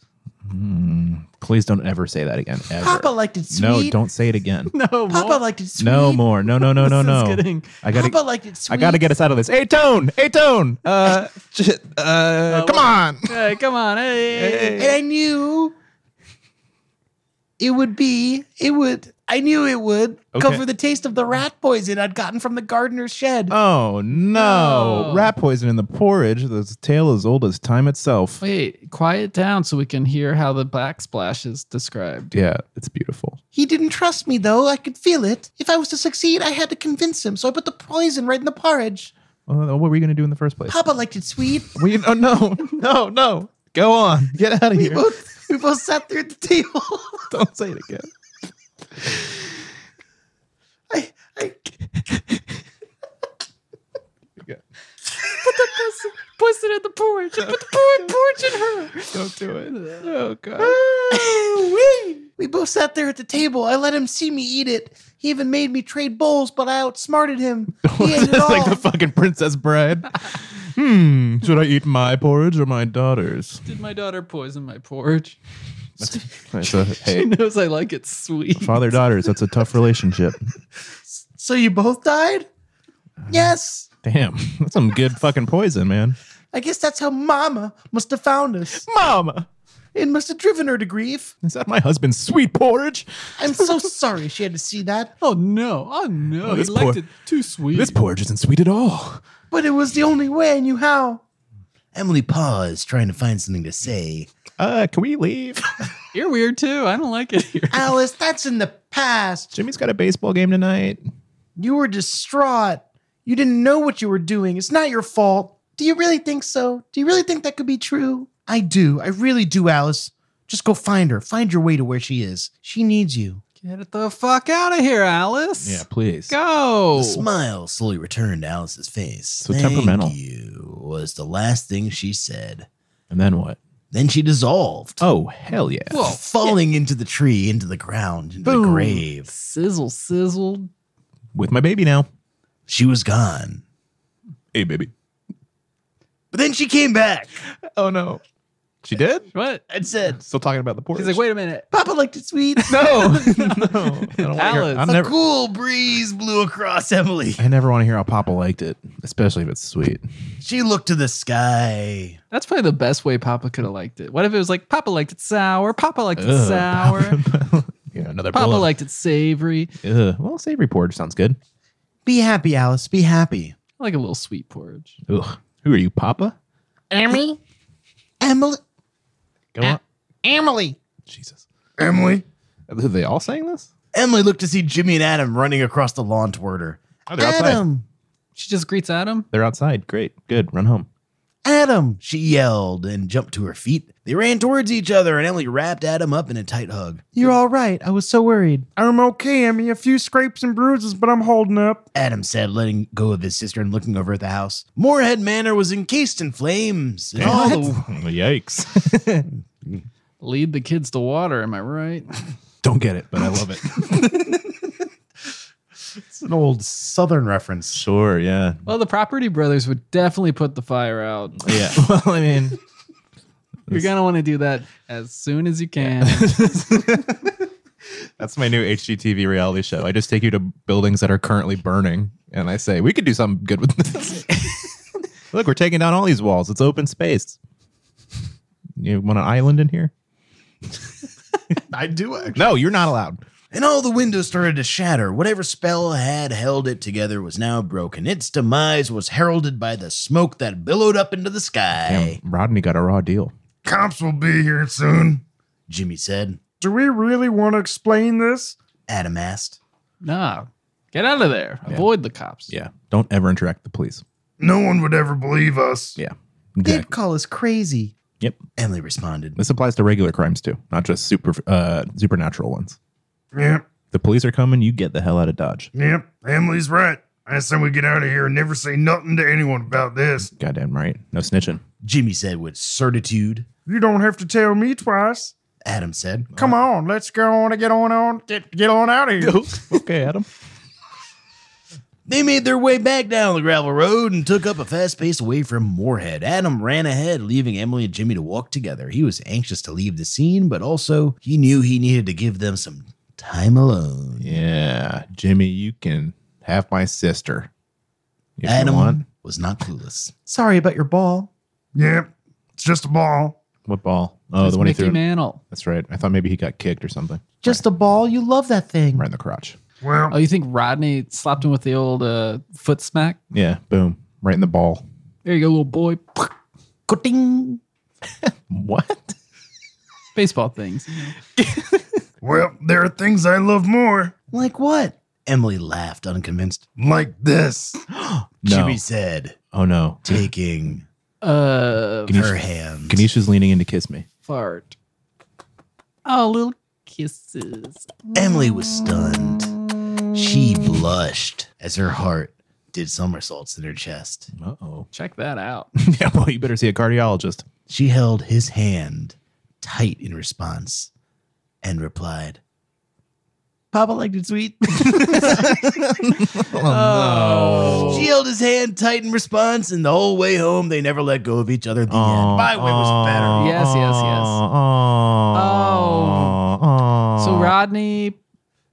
Speaker 2: Please don't ever say that again. Ever.
Speaker 9: Papa liked it sweet.
Speaker 2: no, don't say it again.
Speaker 4: No,
Speaker 9: Papa
Speaker 4: more.
Speaker 9: liked it sweet.
Speaker 2: No more. No, no,
Speaker 4: *laughs*
Speaker 2: no, no,
Speaker 4: This is
Speaker 2: no.
Speaker 4: getting-
Speaker 2: I gotta
Speaker 9: Papa liked it sweet.
Speaker 2: I gotta get us out of this. Hey Tone! Hey Tone! Uh, j- uh come on.
Speaker 4: Hey, come on. Hey.
Speaker 9: And I knew it would be, it would, I knew it would
Speaker 2: Okay.
Speaker 9: come for the taste of the rat poison I'd gotten from the gardener's shed.
Speaker 2: Oh no.
Speaker 4: No.
Speaker 2: Rat poison in the porridge, the tale as old as time itself.
Speaker 4: Wait, quiet down so we can hear how the backsplash is described.
Speaker 2: Yeah, it's beautiful.
Speaker 9: he didn't trust me, though. I could feel it. If I was to succeed, I had to convince him, so I put the poison right in the porridge.
Speaker 2: Well, what were you gonna do in the first place?
Speaker 9: Papa liked it sweet.
Speaker 2: We oh no, no, no. Go on. Get out of
Speaker 9: We
Speaker 2: here.
Speaker 9: both, we both sat there at the table.
Speaker 2: *laughs* Don't say it again.
Speaker 9: I, I, put, the poison,
Speaker 4: pussing in the porch. I put the por- porch in her.
Speaker 2: Don't do it.
Speaker 3: *laughs*
Speaker 2: Oh god.
Speaker 6: Ah, We both sat there at the table. I let him see me eat it. He even made me trade bowls, but I
Speaker 3: *laughs*
Speaker 6: outsmarted him. He ate it
Speaker 2: It's
Speaker 6: all.
Speaker 2: like the fucking Princess
Speaker 4: *laughs*
Speaker 2: Bride. hmm. Should I eat my porridge or my daughter's?
Speaker 4: *laughs* Did my daughter poison my porridge?
Speaker 2: That's
Speaker 4: *laughs*
Speaker 2: a,
Speaker 4: She
Speaker 2: hey,
Speaker 4: knows I like it sweet.
Speaker 2: father daughters. That's a tough relationship.
Speaker 6: so you both died?
Speaker 3: Uh-huh.
Speaker 6: Yes.
Speaker 2: Damn, that's some good fucking poison, man.
Speaker 6: I guess that's how Mama must have found us.
Speaker 2: Mama,
Speaker 6: It must have driven her to grief.
Speaker 2: is that my husband's sweet porridge?
Speaker 3: *laughs*
Speaker 6: I'm so sorry she had to see that,
Speaker 4: Oh no! Oh no!
Speaker 2: Oh,
Speaker 4: he
Speaker 2: this
Speaker 4: liked
Speaker 2: por-
Speaker 4: it too sweet.
Speaker 2: This porridge isn't sweet at all.
Speaker 6: but it was the only way I knew how.
Speaker 3: Emily paused, trying to find something to say.
Speaker 2: Uh, can we leave? *laughs*
Speaker 4: You're weird too. I don't like it here.
Speaker 6: Alice, that's in the past.
Speaker 2: Jimmy's got a baseball game tonight.
Speaker 6: You were distraught. You didn't know what you were doing. It's not your fault. Do you really think so? Do you really think that could be true? I do. I really do, Alice. Just go find her. Find your way to where she is. She needs you.
Speaker 4: *laughs* Get the fuck out of here, Alice.
Speaker 2: please.
Speaker 4: Go.
Speaker 3: A smile slowly returned to Alice's face. So
Speaker 2: temperamental.
Speaker 3: You was the last thing she said.
Speaker 2: And then what?
Speaker 3: Then she dissolved,
Speaker 2: Oh hell yeah!
Speaker 4: Whoa.
Speaker 3: falling into the tree, into the ground, into the
Speaker 4: Boom.
Speaker 3: grave.
Speaker 4: Sizzle, sizzle.
Speaker 2: With my baby now.
Speaker 3: She was gone.
Speaker 2: Hey baby.
Speaker 3: But then she came back
Speaker 2: Oh no. She did?
Speaker 4: What?
Speaker 3: and said,
Speaker 2: Still talking about the porridge. *laughs*
Speaker 4: He's like, wait a minute.
Speaker 6: Papa liked
Speaker 4: *laughs*
Speaker 6: it sweet.
Speaker 2: No, no. I don't wanna hear-
Speaker 4: Alice.
Speaker 2: I
Speaker 3: A
Speaker 2: never,
Speaker 3: cool breeze blew across *laughs* Emily.
Speaker 2: I never want to hear how Papa liked it, especially if it's
Speaker 4: *laughs*
Speaker 2: sweet.
Speaker 3: She looked to the sky.
Speaker 4: That's probably the best way Papa could have liked it. What if it was like Papa liked it sour, Papa liked it
Speaker 2: Ugh,
Speaker 4: sour, Papa,
Speaker 2: *laughs* yeah, another blow.
Speaker 4: liked it savory.
Speaker 2: Ugh. Well, savory porridge sounds good.
Speaker 3: Be happy, Alice. Be happy.
Speaker 4: I like a little sweet porridge.
Speaker 2: Ugh. Who are you, Papa?
Speaker 6: Emily? Emily?
Speaker 2: Go on.
Speaker 6: Emily.
Speaker 2: Jesus.
Speaker 10: Emily.
Speaker 2: Are they all saying this?
Speaker 3: Emily looked to see Jimmy and Adam running across the lawn toward her.
Speaker 2: Oh, they're outside.
Speaker 6: Adam.
Speaker 4: She just greets Adam.
Speaker 2: They're outside. Great. Good. Run home.
Speaker 3: Adam, she yelled and jumped to her feet. They ran towards each other, and Emily wrapped Adam up in a tight hug.
Speaker 6: You're all right. I was so worried.
Speaker 5: I'm okay, Emmy. A few scrapes and bruises, but I'm holding up.
Speaker 3: Adam said, letting go of his sister and looking over at the house. Moorhead Manor was encased in flames, and all
Speaker 6: *laughs*
Speaker 3: the,
Speaker 2: Yikes.
Speaker 4: Lead the kids to water. Am
Speaker 2: *laughs*
Speaker 4: I right?
Speaker 2: Don't get it, but I love it.
Speaker 10: It's an old Southern reference.
Speaker 2: sure. *laughs* Yeah.
Speaker 4: Well, the property brothers would definitely put the fire
Speaker 2: *laughs*
Speaker 4: out.
Speaker 2: Yeah. well, I mean,
Speaker 4: You're gonna want to do that as soon as you can.
Speaker 2: *laughs* that's my new HGTV reality show. I just take you to buildings that are currently burning, and I say we could do something good with this. Look, we're taking down all these walls. It's open space. You want an island in here?
Speaker 10: I do actually.
Speaker 2: No, you're not allowed.
Speaker 3: and all the windows started to shatter. Whatever spell had held it together was now broken. Its demise was heralded by the smoke that billowed up into the sky.
Speaker 2: Damn, Rodney got a raw deal.
Speaker 5: Cops will be here soon.
Speaker 3: Jimmy said.
Speaker 5: Do we really want to explain this?
Speaker 3: Adam asked.
Speaker 4: nah, get out of there. Avoid the cops.
Speaker 2: Yeah. Don't ever interact with the police.
Speaker 5: No one *laughs* would ever believe us.
Speaker 2: Yeah.
Speaker 6: They'd
Speaker 2: Exactly.
Speaker 6: call us crazy.
Speaker 2: Yep.
Speaker 3: Emily responded.
Speaker 2: This applies to regular crimes too, not just super uh, supernatural ones.
Speaker 5: Yep,
Speaker 2: The police are coming. You get the hell out of Dodge.
Speaker 5: yep. Emily's right. I said we get out of here and never say nothing to anyone about this.
Speaker 2: Goddamn right. No *laughs* snitching.
Speaker 3: Jimmy said with certitude.
Speaker 5: You don't have to tell me twice.
Speaker 3: Adam said.
Speaker 5: Come on, let's go on and get on on get, get on out of here.
Speaker 2: okay, Adam.
Speaker 3: They made their way back down the gravel road and took up a fast pace away from Moorhead. Adam ran ahead, leaving Emily and Jimmy to walk together. He was anxious to leave the scene, but also he knew he needed to give them some time alone.
Speaker 2: Yeah, Jimmy, you can have my sister. If you
Speaker 3: Adam
Speaker 2: want.
Speaker 3: was not clueless.
Speaker 6: Sorry about your ball.
Speaker 5: Yep, it's just a ball.
Speaker 2: What ball? Oh,
Speaker 4: It's
Speaker 2: the one he
Speaker 4: Mickey
Speaker 2: threw.
Speaker 4: Mantle.
Speaker 2: That's right. I thought maybe he got kicked or something.
Speaker 6: Just a ball. You love that thing.
Speaker 2: Right in the crotch.
Speaker 5: Well,
Speaker 4: Oh, you think Rodney slapped him with the old uh, foot smack?
Speaker 2: Yeah, boom. Right in the ball.
Speaker 4: There you go, little boy. *laughs*
Speaker 6: Ka-ding.
Speaker 2: What?
Speaker 4: Baseball things.
Speaker 5: well, there are things I love more,
Speaker 6: Like what?
Speaker 3: Emily laughed, unconvinced.
Speaker 5: like this.
Speaker 2: No.
Speaker 3: Jimmy said,
Speaker 2: Oh no.
Speaker 3: taking
Speaker 4: Uh,
Speaker 2: Ganesh-
Speaker 3: her hand.
Speaker 2: Ganesha's leaning in to kiss me.
Speaker 4: fart. Oh, little kisses.
Speaker 3: Emily was stunned. She blushed as her heart did somersaults in her chest.
Speaker 2: Uh oh.
Speaker 4: Check that out.
Speaker 2: *laughs* yeah, well, you better see a cardiologist.
Speaker 3: She held his hand tight in response and replied, Papa liked it sweet.
Speaker 2: Oh,
Speaker 4: Oh,
Speaker 3: She held his hand tight in response, and the whole way home, they never let go of each other. at The end.
Speaker 6: My way was better.
Speaker 4: Yes, yes, yes.
Speaker 2: Oh.
Speaker 4: So Rodney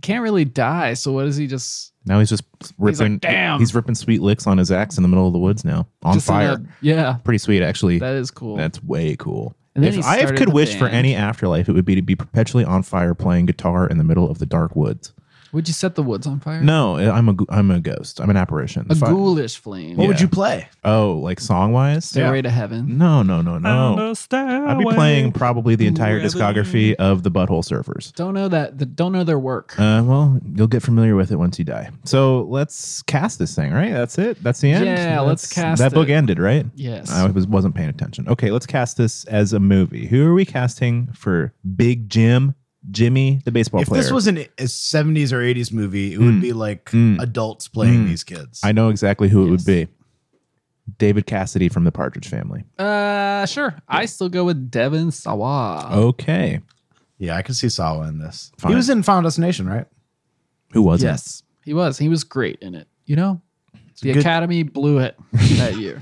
Speaker 4: can't really die. So what is he just
Speaker 2: Now he's just ripping.
Speaker 4: like, "Damn."
Speaker 2: He's ripping sweet licks on his axe in the middle of the woods now, on
Speaker 4: just in
Speaker 2: fire.
Speaker 4: a- yeah,
Speaker 2: Pretty sweet, actually.
Speaker 4: that is cool.
Speaker 2: That's way cool.
Speaker 4: And then
Speaker 2: if
Speaker 4: he
Speaker 2: I
Speaker 4: started
Speaker 2: could
Speaker 4: the
Speaker 2: wish for
Speaker 4: band.
Speaker 2: any afterlife, it would be to be perpetually on fire playing guitar in the middle of the dark woods.
Speaker 4: Would you set the woods on fire?
Speaker 2: No, I'm a g- I'm a ghost. I'm an apparition.
Speaker 4: Mm. a
Speaker 2: If I-
Speaker 4: ghoulish flame.
Speaker 2: Yeah.
Speaker 3: What would you play?
Speaker 2: Oh, like song wise?
Speaker 4: Stairway to heaven.
Speaker 2: No, no, no, no. I'd be playing probably the entire discography of the Butthole Surfers.
Speaker 4: Don't know that. The, don't know their work.
Speaker 2: Uh, well, you'll get familiar with it once you die. So let's cast this thing, right? That's it. That's the end.
Speaker 4: Yeah, let's
Speaker 2: That's-
Speaker 4: cast
Speaker 2: That book
Speaker 4: it.
Speaker 2: ended, right?
Speaker 4: yes.
Speaker 2: I was wasn't paying attention. Okay, let's cast this as a movie. Who are we casting for Big Jim? Jimmy, the baseball
Speaker 6: If
Speaker 2: player.
Speaker 6: this was an, a 70s or 80s movie, it would
Speaker 2: Mm.
Speaker 6: be like
Speaker 2: Mm.
Speaker 6: adults playing
Speaker 2: Mm.
Speaker 6: these kids.
Speaker 2: I know exactly who it would
Speaker 4: Yes.
Speaker 2: be. David Cassidy from the Partridge Family.
Speaker 4: uh, sure. I still go with Devin Sawa.
Speaker 2: Oh, Okay,
Speaker 6: yeah, I can see Sawa in this.
Speaker 2: fine.
Speaker 6: He was in Final Destination, right?
Speaker 2: who was it?
Speaker 4: yes, he was. He was great in it. You know, the
Speaker 6: good-
Speaker 4: Academy blew
Speaker 2: *laughs*
Speaker 4: it that year.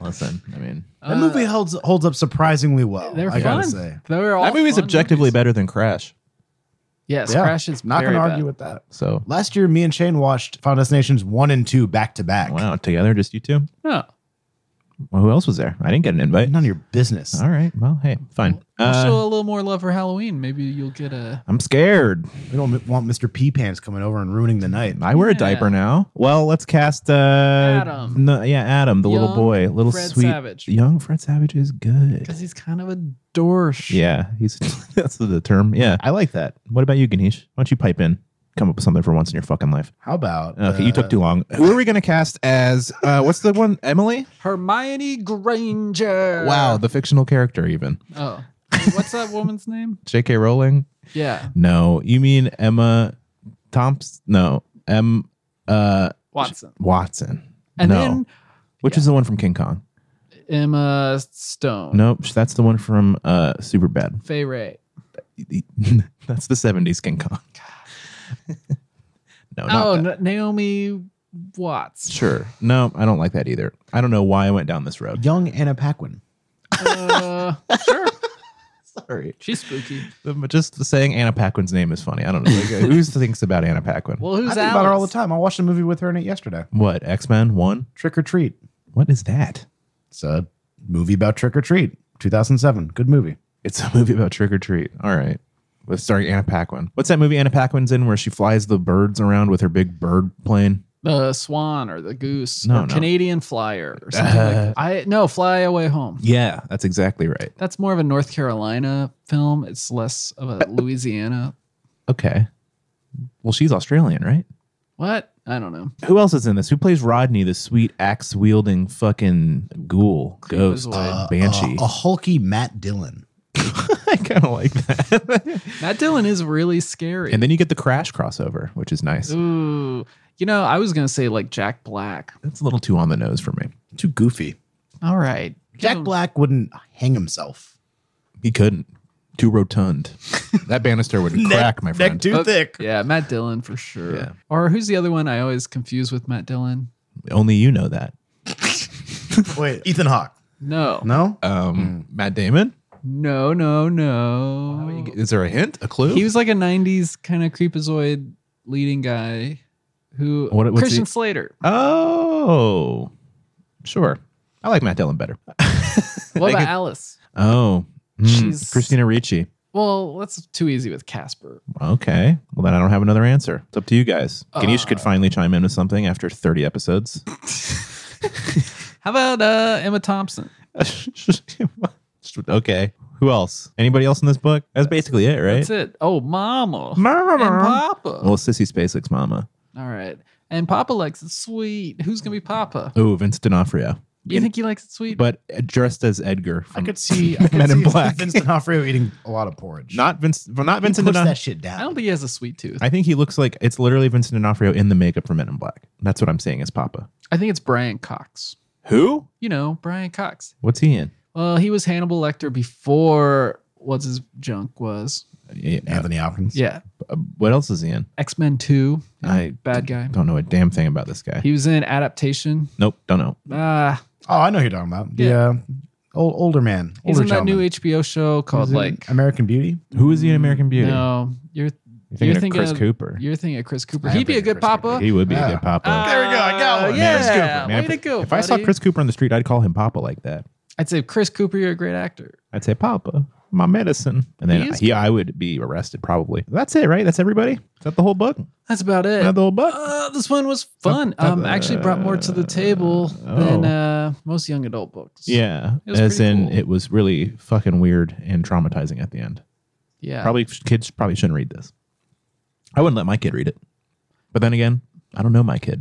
Speaker 2: Listen, I mean,
Speaker 6: That movie holds holds up surprisingly well.
Speaker 4: Uh, They're
Speaker 6: I
Speaker 4: fun.
Speaker 6: gotta say,
Speaker 4: They were all
Speaker 2: that movie's
Speaker 4: fun
Speaker 2: objectively
Speaker 4: movies.
Speaker 2: better than Crash.
Speaker 4: Yes,
Speaker 6: Yeah.
Speaker 4: Crash is
Speaker 6: not
Speaker 4: very
Speaker 6: gonna argue
Speaker 4: bad.
Speaker 6: with that.
Speaker 2: So
Speaker 6: Last year, me and Shane watched Final Destinations one and two back to back.
Speaker 2: wow, together just you two.
Speaker 4: No,
Speaker 2: Well, who else was there? I didn't get an invite.
Speaker 6: None of your business.
Speaker 2: All right. Well, hey, fine.
Speaker 4: I'll show
Speaker 2: Uh,
Speaker 4: a little more love for Halloween. Maybe you'll get a
Speaker 2: I'm scared.
Speaker 6: We don't m- want Mr. P Pants coming over and ruining the night.
Speaker 2: I wear a
Speaker 4: Yeah.
Speaker 2: diaper now. Well, let's cast uh, Adam. No, yeah, Adam, the little
Speaker 4: Young
Speaker 2: boy, little
Speaker 4: Fred
Speaker 2: sweet
Speaker 4: Savage.
Speaker 2: young Fred Savage is good.
Speaker 4: because he's kind of a dorsh.
Speaker 2: Yeah, he's *laughs* that's the term. Yeah, I like that. What about you, Ganesh? Why don't you pipe in? Come up with something for once in your fucking life.
Speaker 6: How about
Speaker 2: Okay, you took
Speaker 6: uh,
Speaker 2: too long. Who are we gonna cast as? Uh, what's the one? Emily?
Speaker 4: Hermione Granger.
Speaker 2: Wow, the fictional character even.
Speaker 4: Oh, *laughs* what's that woman's name?
Speaker 2: J.K. Rowling?
Speaker 4: Yeah,
Speaker 2: No, you mean Emma Thompson? No, M. Uh,
Speaker 4: Watson.
Speaker 2: Watson.
Speaker 4: And
Speaker 2: no,
Speaker 4: then
Speaker 2: which is the one from King Kong?
Speaker 4: Emma Stone.
Speaker 2: Nope, that's the one from uh, Superbad. *laughs*
Speaker 4: Fay Ray.
Speaker 2: that's the '70s King Kong. *laughs* no, not
Speaker 4: Oh,
Speaker 2: that.
Speaker 4: Na- Naomi
Speaker 2: *laughs*
Speaker 4: Watts.
Speaker 2: Sure. No, I don't like that either. I don't know why I went down this road.
Speaker 6: young Anna Paquin?
Speaker 4: Uh, sure,
Speaker 2: Sorry.
Speaker 4: she's spooky.
Speaker 2: Just saying Anna Paquin's name is funny. I don't know. Like, uh, who *laughs* thinks about Anna Paquin?
Speaker 4: Well,
Speaker 6: I
Speaker 4: who's
Speaker 6: think
Speaker 4: Alex?
Speaker 6: about her all the time. I watched a movie with her in it yesterday.
Speaker 2: what? X Men 1?
Speaker 6: Trick or Treat.
Speaker 2: What is that?
Speaker 6: It's a movie about trick or treat. 2007. Good movie.
Speaker 2: It's a movie about trick or treat. All right. With starring Anna Paquin. What's that movie Anna Paquin's in where she flies the birds around with her big bird plane?
Speaker 4: The Uh, swan or the goose
Speaker 2: No,
Speaker 4: or
Speaker 2: no.
Speaker 4: Canadian flyer or something like that. I no fly away home.
Speaker 2: Yeah, that's exactly right.
Speaker 4: That's more of a North Carolina film. It's less of a Louisiana.
Speaker 2: Okay. Well, she's Australian, right?
Speaker 4: What? I don't know.
Speaker 2: Who else is in this? Who plays Rodney, the sweet axe wielding fucking ghoul, ghost, uh,
Speaker 4: Creepazoid.
Speaker 2: banshee?
Speaker 6: A, a hulky Matt Dillon.
Speaker 2: *laughs* I kind of like that.
Speaker 4: Matt Dillon is really
Speaker 2: *laughs*
Speaker 4: scary.
Speaker 2: and then you get the crash crossover, which is nice.
Speaker 4: Ooh. You know, I was gonna say like Jack Black.
Speaker 2: That's a little too on the nose for me.
Speaker 6: Too goofy.
Speaker 4: All right.
Speaker 6: Jack
Speaker 4: him-
Speaker 6: Black wouldn't hang himself.
Speaker 2: He couldn't. Too rotund. *laughs* that banister would crack, my friend.
Speaker 6: Neck too
Speaker 4: Oh,
Speaker 6: thick.
Speaker 4: Yeah, Matt Dillon for sure.
Speaker 2: Yeah.
Speaker 4: Or who's the other one I always confuse with Matt Dillon?
Speaker 2: Only you know that.
Speaker 6: Wait, *laughs* Ethan Hawke.
Speaker 4: No.
Speaker 6: No?
Speaker 2: Um, Matt Damon.
Speaker 4: No, no, no.
Speaker 2: Is there a hint? A clue?
Speaker 4: He was like a nineties kind of creepazoid leading guy who
Speaker 2: What- what's
Speaker 4: Christian
Speaker 2: he- *laughs*
Speaker 4: Slater.
Speaker 2: oh, sure. I like Matt Dillon better.
Speaker 4: What about
Speaker 2: could-
Speaker 4: Alice?
Speaker 2: Oh, mm,
Speaker 4: She's-
Speaker 2: Christina Ricci.
Speaker 4: Well, that's too easy with Casper.
Speaker 2: Okay. Well, then I don't have another answer. It's up to you guys. Ganesh could
Speaker 4: Uh.
Speaker 2: finally chime in with something after 30 episodes. *laughs*
Speaker 4: How about uh, Emma Thompson?
Speaker 2: okay. Who else? Anybody else in this book? That's basically it, right?
Speaker 4: That's it. Oh, Mama.
Speaker 2: Mama.
Speaker 4: And Papa.
Speaker 2: Well, Sissy Spacek's mama.
Speaker 4: All right. And Papa likes it sweet. Who's gonna be Papa?
Speaker 2: Oh, Vince D'Onofrio.
Speaker 4: You think he likes it sweet?
Speaker 2: but dressed as Edgar.
Speaker 6: I
Speaker 2: From,
Speaker 6: could see I could
Speaker 2: Men in
Speaker 6: see
Speaker 2: Black.
Speaker 6: Vincent D'Onofrio eating a lot of porridge.
Speaker 2: not Vince, well, not Vincent.
Speaker 3: Push
Speaker 2: D'Onof-
Speaker 3: that shit down.
Speaker 4: I don't think he has a sweet tooth. I,
Speaker 2: I think he looks like it's literally Vincent D'Onofrio in the makeup from Men in Black. That's what I'm seeing as Papa.
Speaker 4: think it's Brian Cox.
Speaker 2: Who?
Speaker 4: You know, Brian Cox.
Speaker 2: What's he in?
Speaker 4: Well, he was Hannibal Lecter before what's his junk was.
Speaker 2: Yeah,
Speaker 6: Anthony Hopkins.
Speaker 4: Yeah.
Speaker 2: uh, What else is he in?
Speaker 4: X Men 2.
Speaker 2: I
Speaker 4: Bad guy.
Speaker 2: don't know a damn thing about this guy.
Speaker 4: He was in Adaptation.
Speaker 2: nope, don't know.
Speaker 4: Ah,
Speaker 6: Oh, I know who you're talking about. The
Speaker 4: Yeah.
Speaker 6: uh, old, older man. Older
Speaker 4: he's in that
Speaker 6: gentleman.
Speaker 4: new HBO show called
Speaker 6: He's in
Speaker 4: like
Speaker 6: American Beauty.
Speaker 2: Who is he in American Beauty?
Speaker 4: No, you're
Speaker 2: You're
Speaker 4: you're
Speaker 2: thinking
Speaker 4: thinking
Speaker 2: of Chris
Speaker 4: of-
Speaker 2: Cooper.
Speaker 4: you're thinking of Chris Cooper.
Speaker 6: I am
Speaker 4: He'd be a
Speaker 6: thinking
Speaker 4: good
Speaker 6: of Chris Cooper.
Speaker 4: Papa.
Speaker 2: He would be a
Speaker 6: Yeah.
Speaker 2: good Papa.
Speaker 4: There we go. I got one. Ah, Yeah.
Speaker 2: Chris Cooper. Man,
Speaker 4: Way to go.
Speaker 2: if I saw
Speaker 4: buddy.
Speaker 2: Chris Cooper on the street, I'd call him Papa like that.
Speaker 4: I'd say Chris Cooper, you're a great actor.
Speaker 2: I'd say, Papa, my medicine. And
Speaker 4: He
Speaker 2: then
Speaker 4: is
Speaker 2: he, I would be arrested probably. That's it, right? That's everybody? Is that the whole book? Is
Speaker 4: That's about it.
Speaker 2: that the whole book? Uh,
Speaker 4: Uh, this one was fun. Um, actually brought more to the table than uh, most young adult books.
Speaker 2: oh. yeah.
Speaker 4: It was
Speaker 2: As
Speaker 4: pretty
Speaker 2: in,
Speaker 4: cool.
Speaker 2: it was really fucking weird and traumatizing at the end.
Speaker 4: yeah.
Speaker 2: Probably kids probably shouldn't read this. I wouldn't let my kid read it. But then again, I don't know my kid.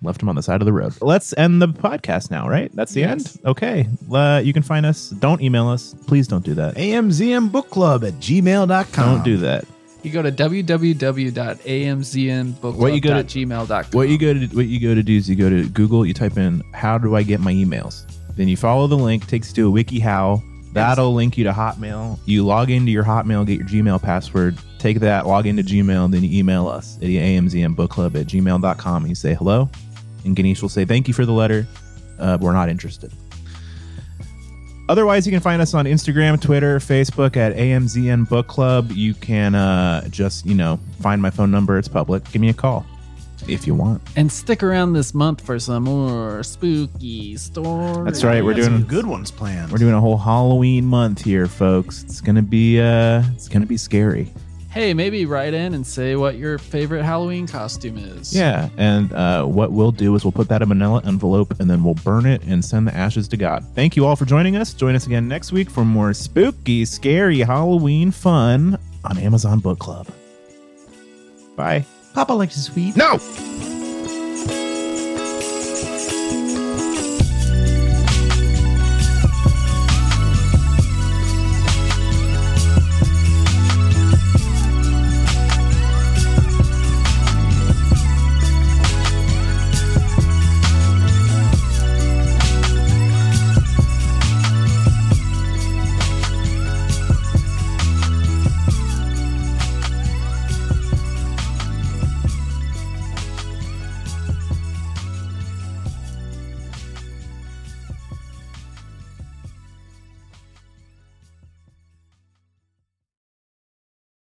Speaker 2: Left him on the side of the road. Let's end the podcast now, right? That's the end. Okay. Uh, you can find us. Don't email us. Please don't do that.
Speaker 6: AMZM Book Club at gmail.com.
Speaker 2: Don't do that.
Speaker 4: You go to www.amznbookclub.gmail.com.
Speaker 2: What you go to- What you
Speaker 4: Um,
Speaker 2: go to what you go to do is you go to Google, you type in how do I get my emails? Then you follow the link, takes you to a WikiHow. That'll link you to Hotmail. You log into your Hotmail, get your Gmail password, take that, log into Gmail, then you email us at amzmbookclub at gmail.com and you say hello. And Ganesh will say, Thank you for the letter. Uh, we're not interested. Otherwise, you can find us on Instagram, Twitter, Facebook at AMZN Book Club. You can uh, just, you know, find my phone number. It's public. Give me a call if you want.
Speaker 4: And stick around this month for some more spooky stories.
Speaker 2: That's right. We're
Speaker 6: Got some
Speaker 2: doing
Speaker 6: good ones planned.
Speaker 2: we're doing a whole Halloween month here, folks. It's gonna be uh, it's gonna be scary.
Speaker 4: Hey, maybe write in and say what your favorite Halloween costume is.
Speaker 2: Yeah, and uh, what we'll do is we'll put that in a manila envelope and then we'll burn it and send the ashes to God. Thank you all for joining us. Join us again next week for more spooky, scary Halloween fun on Amazon Book Club. Bye.
Speaker 9: Papa likes his sweet.
Speaker 1: No!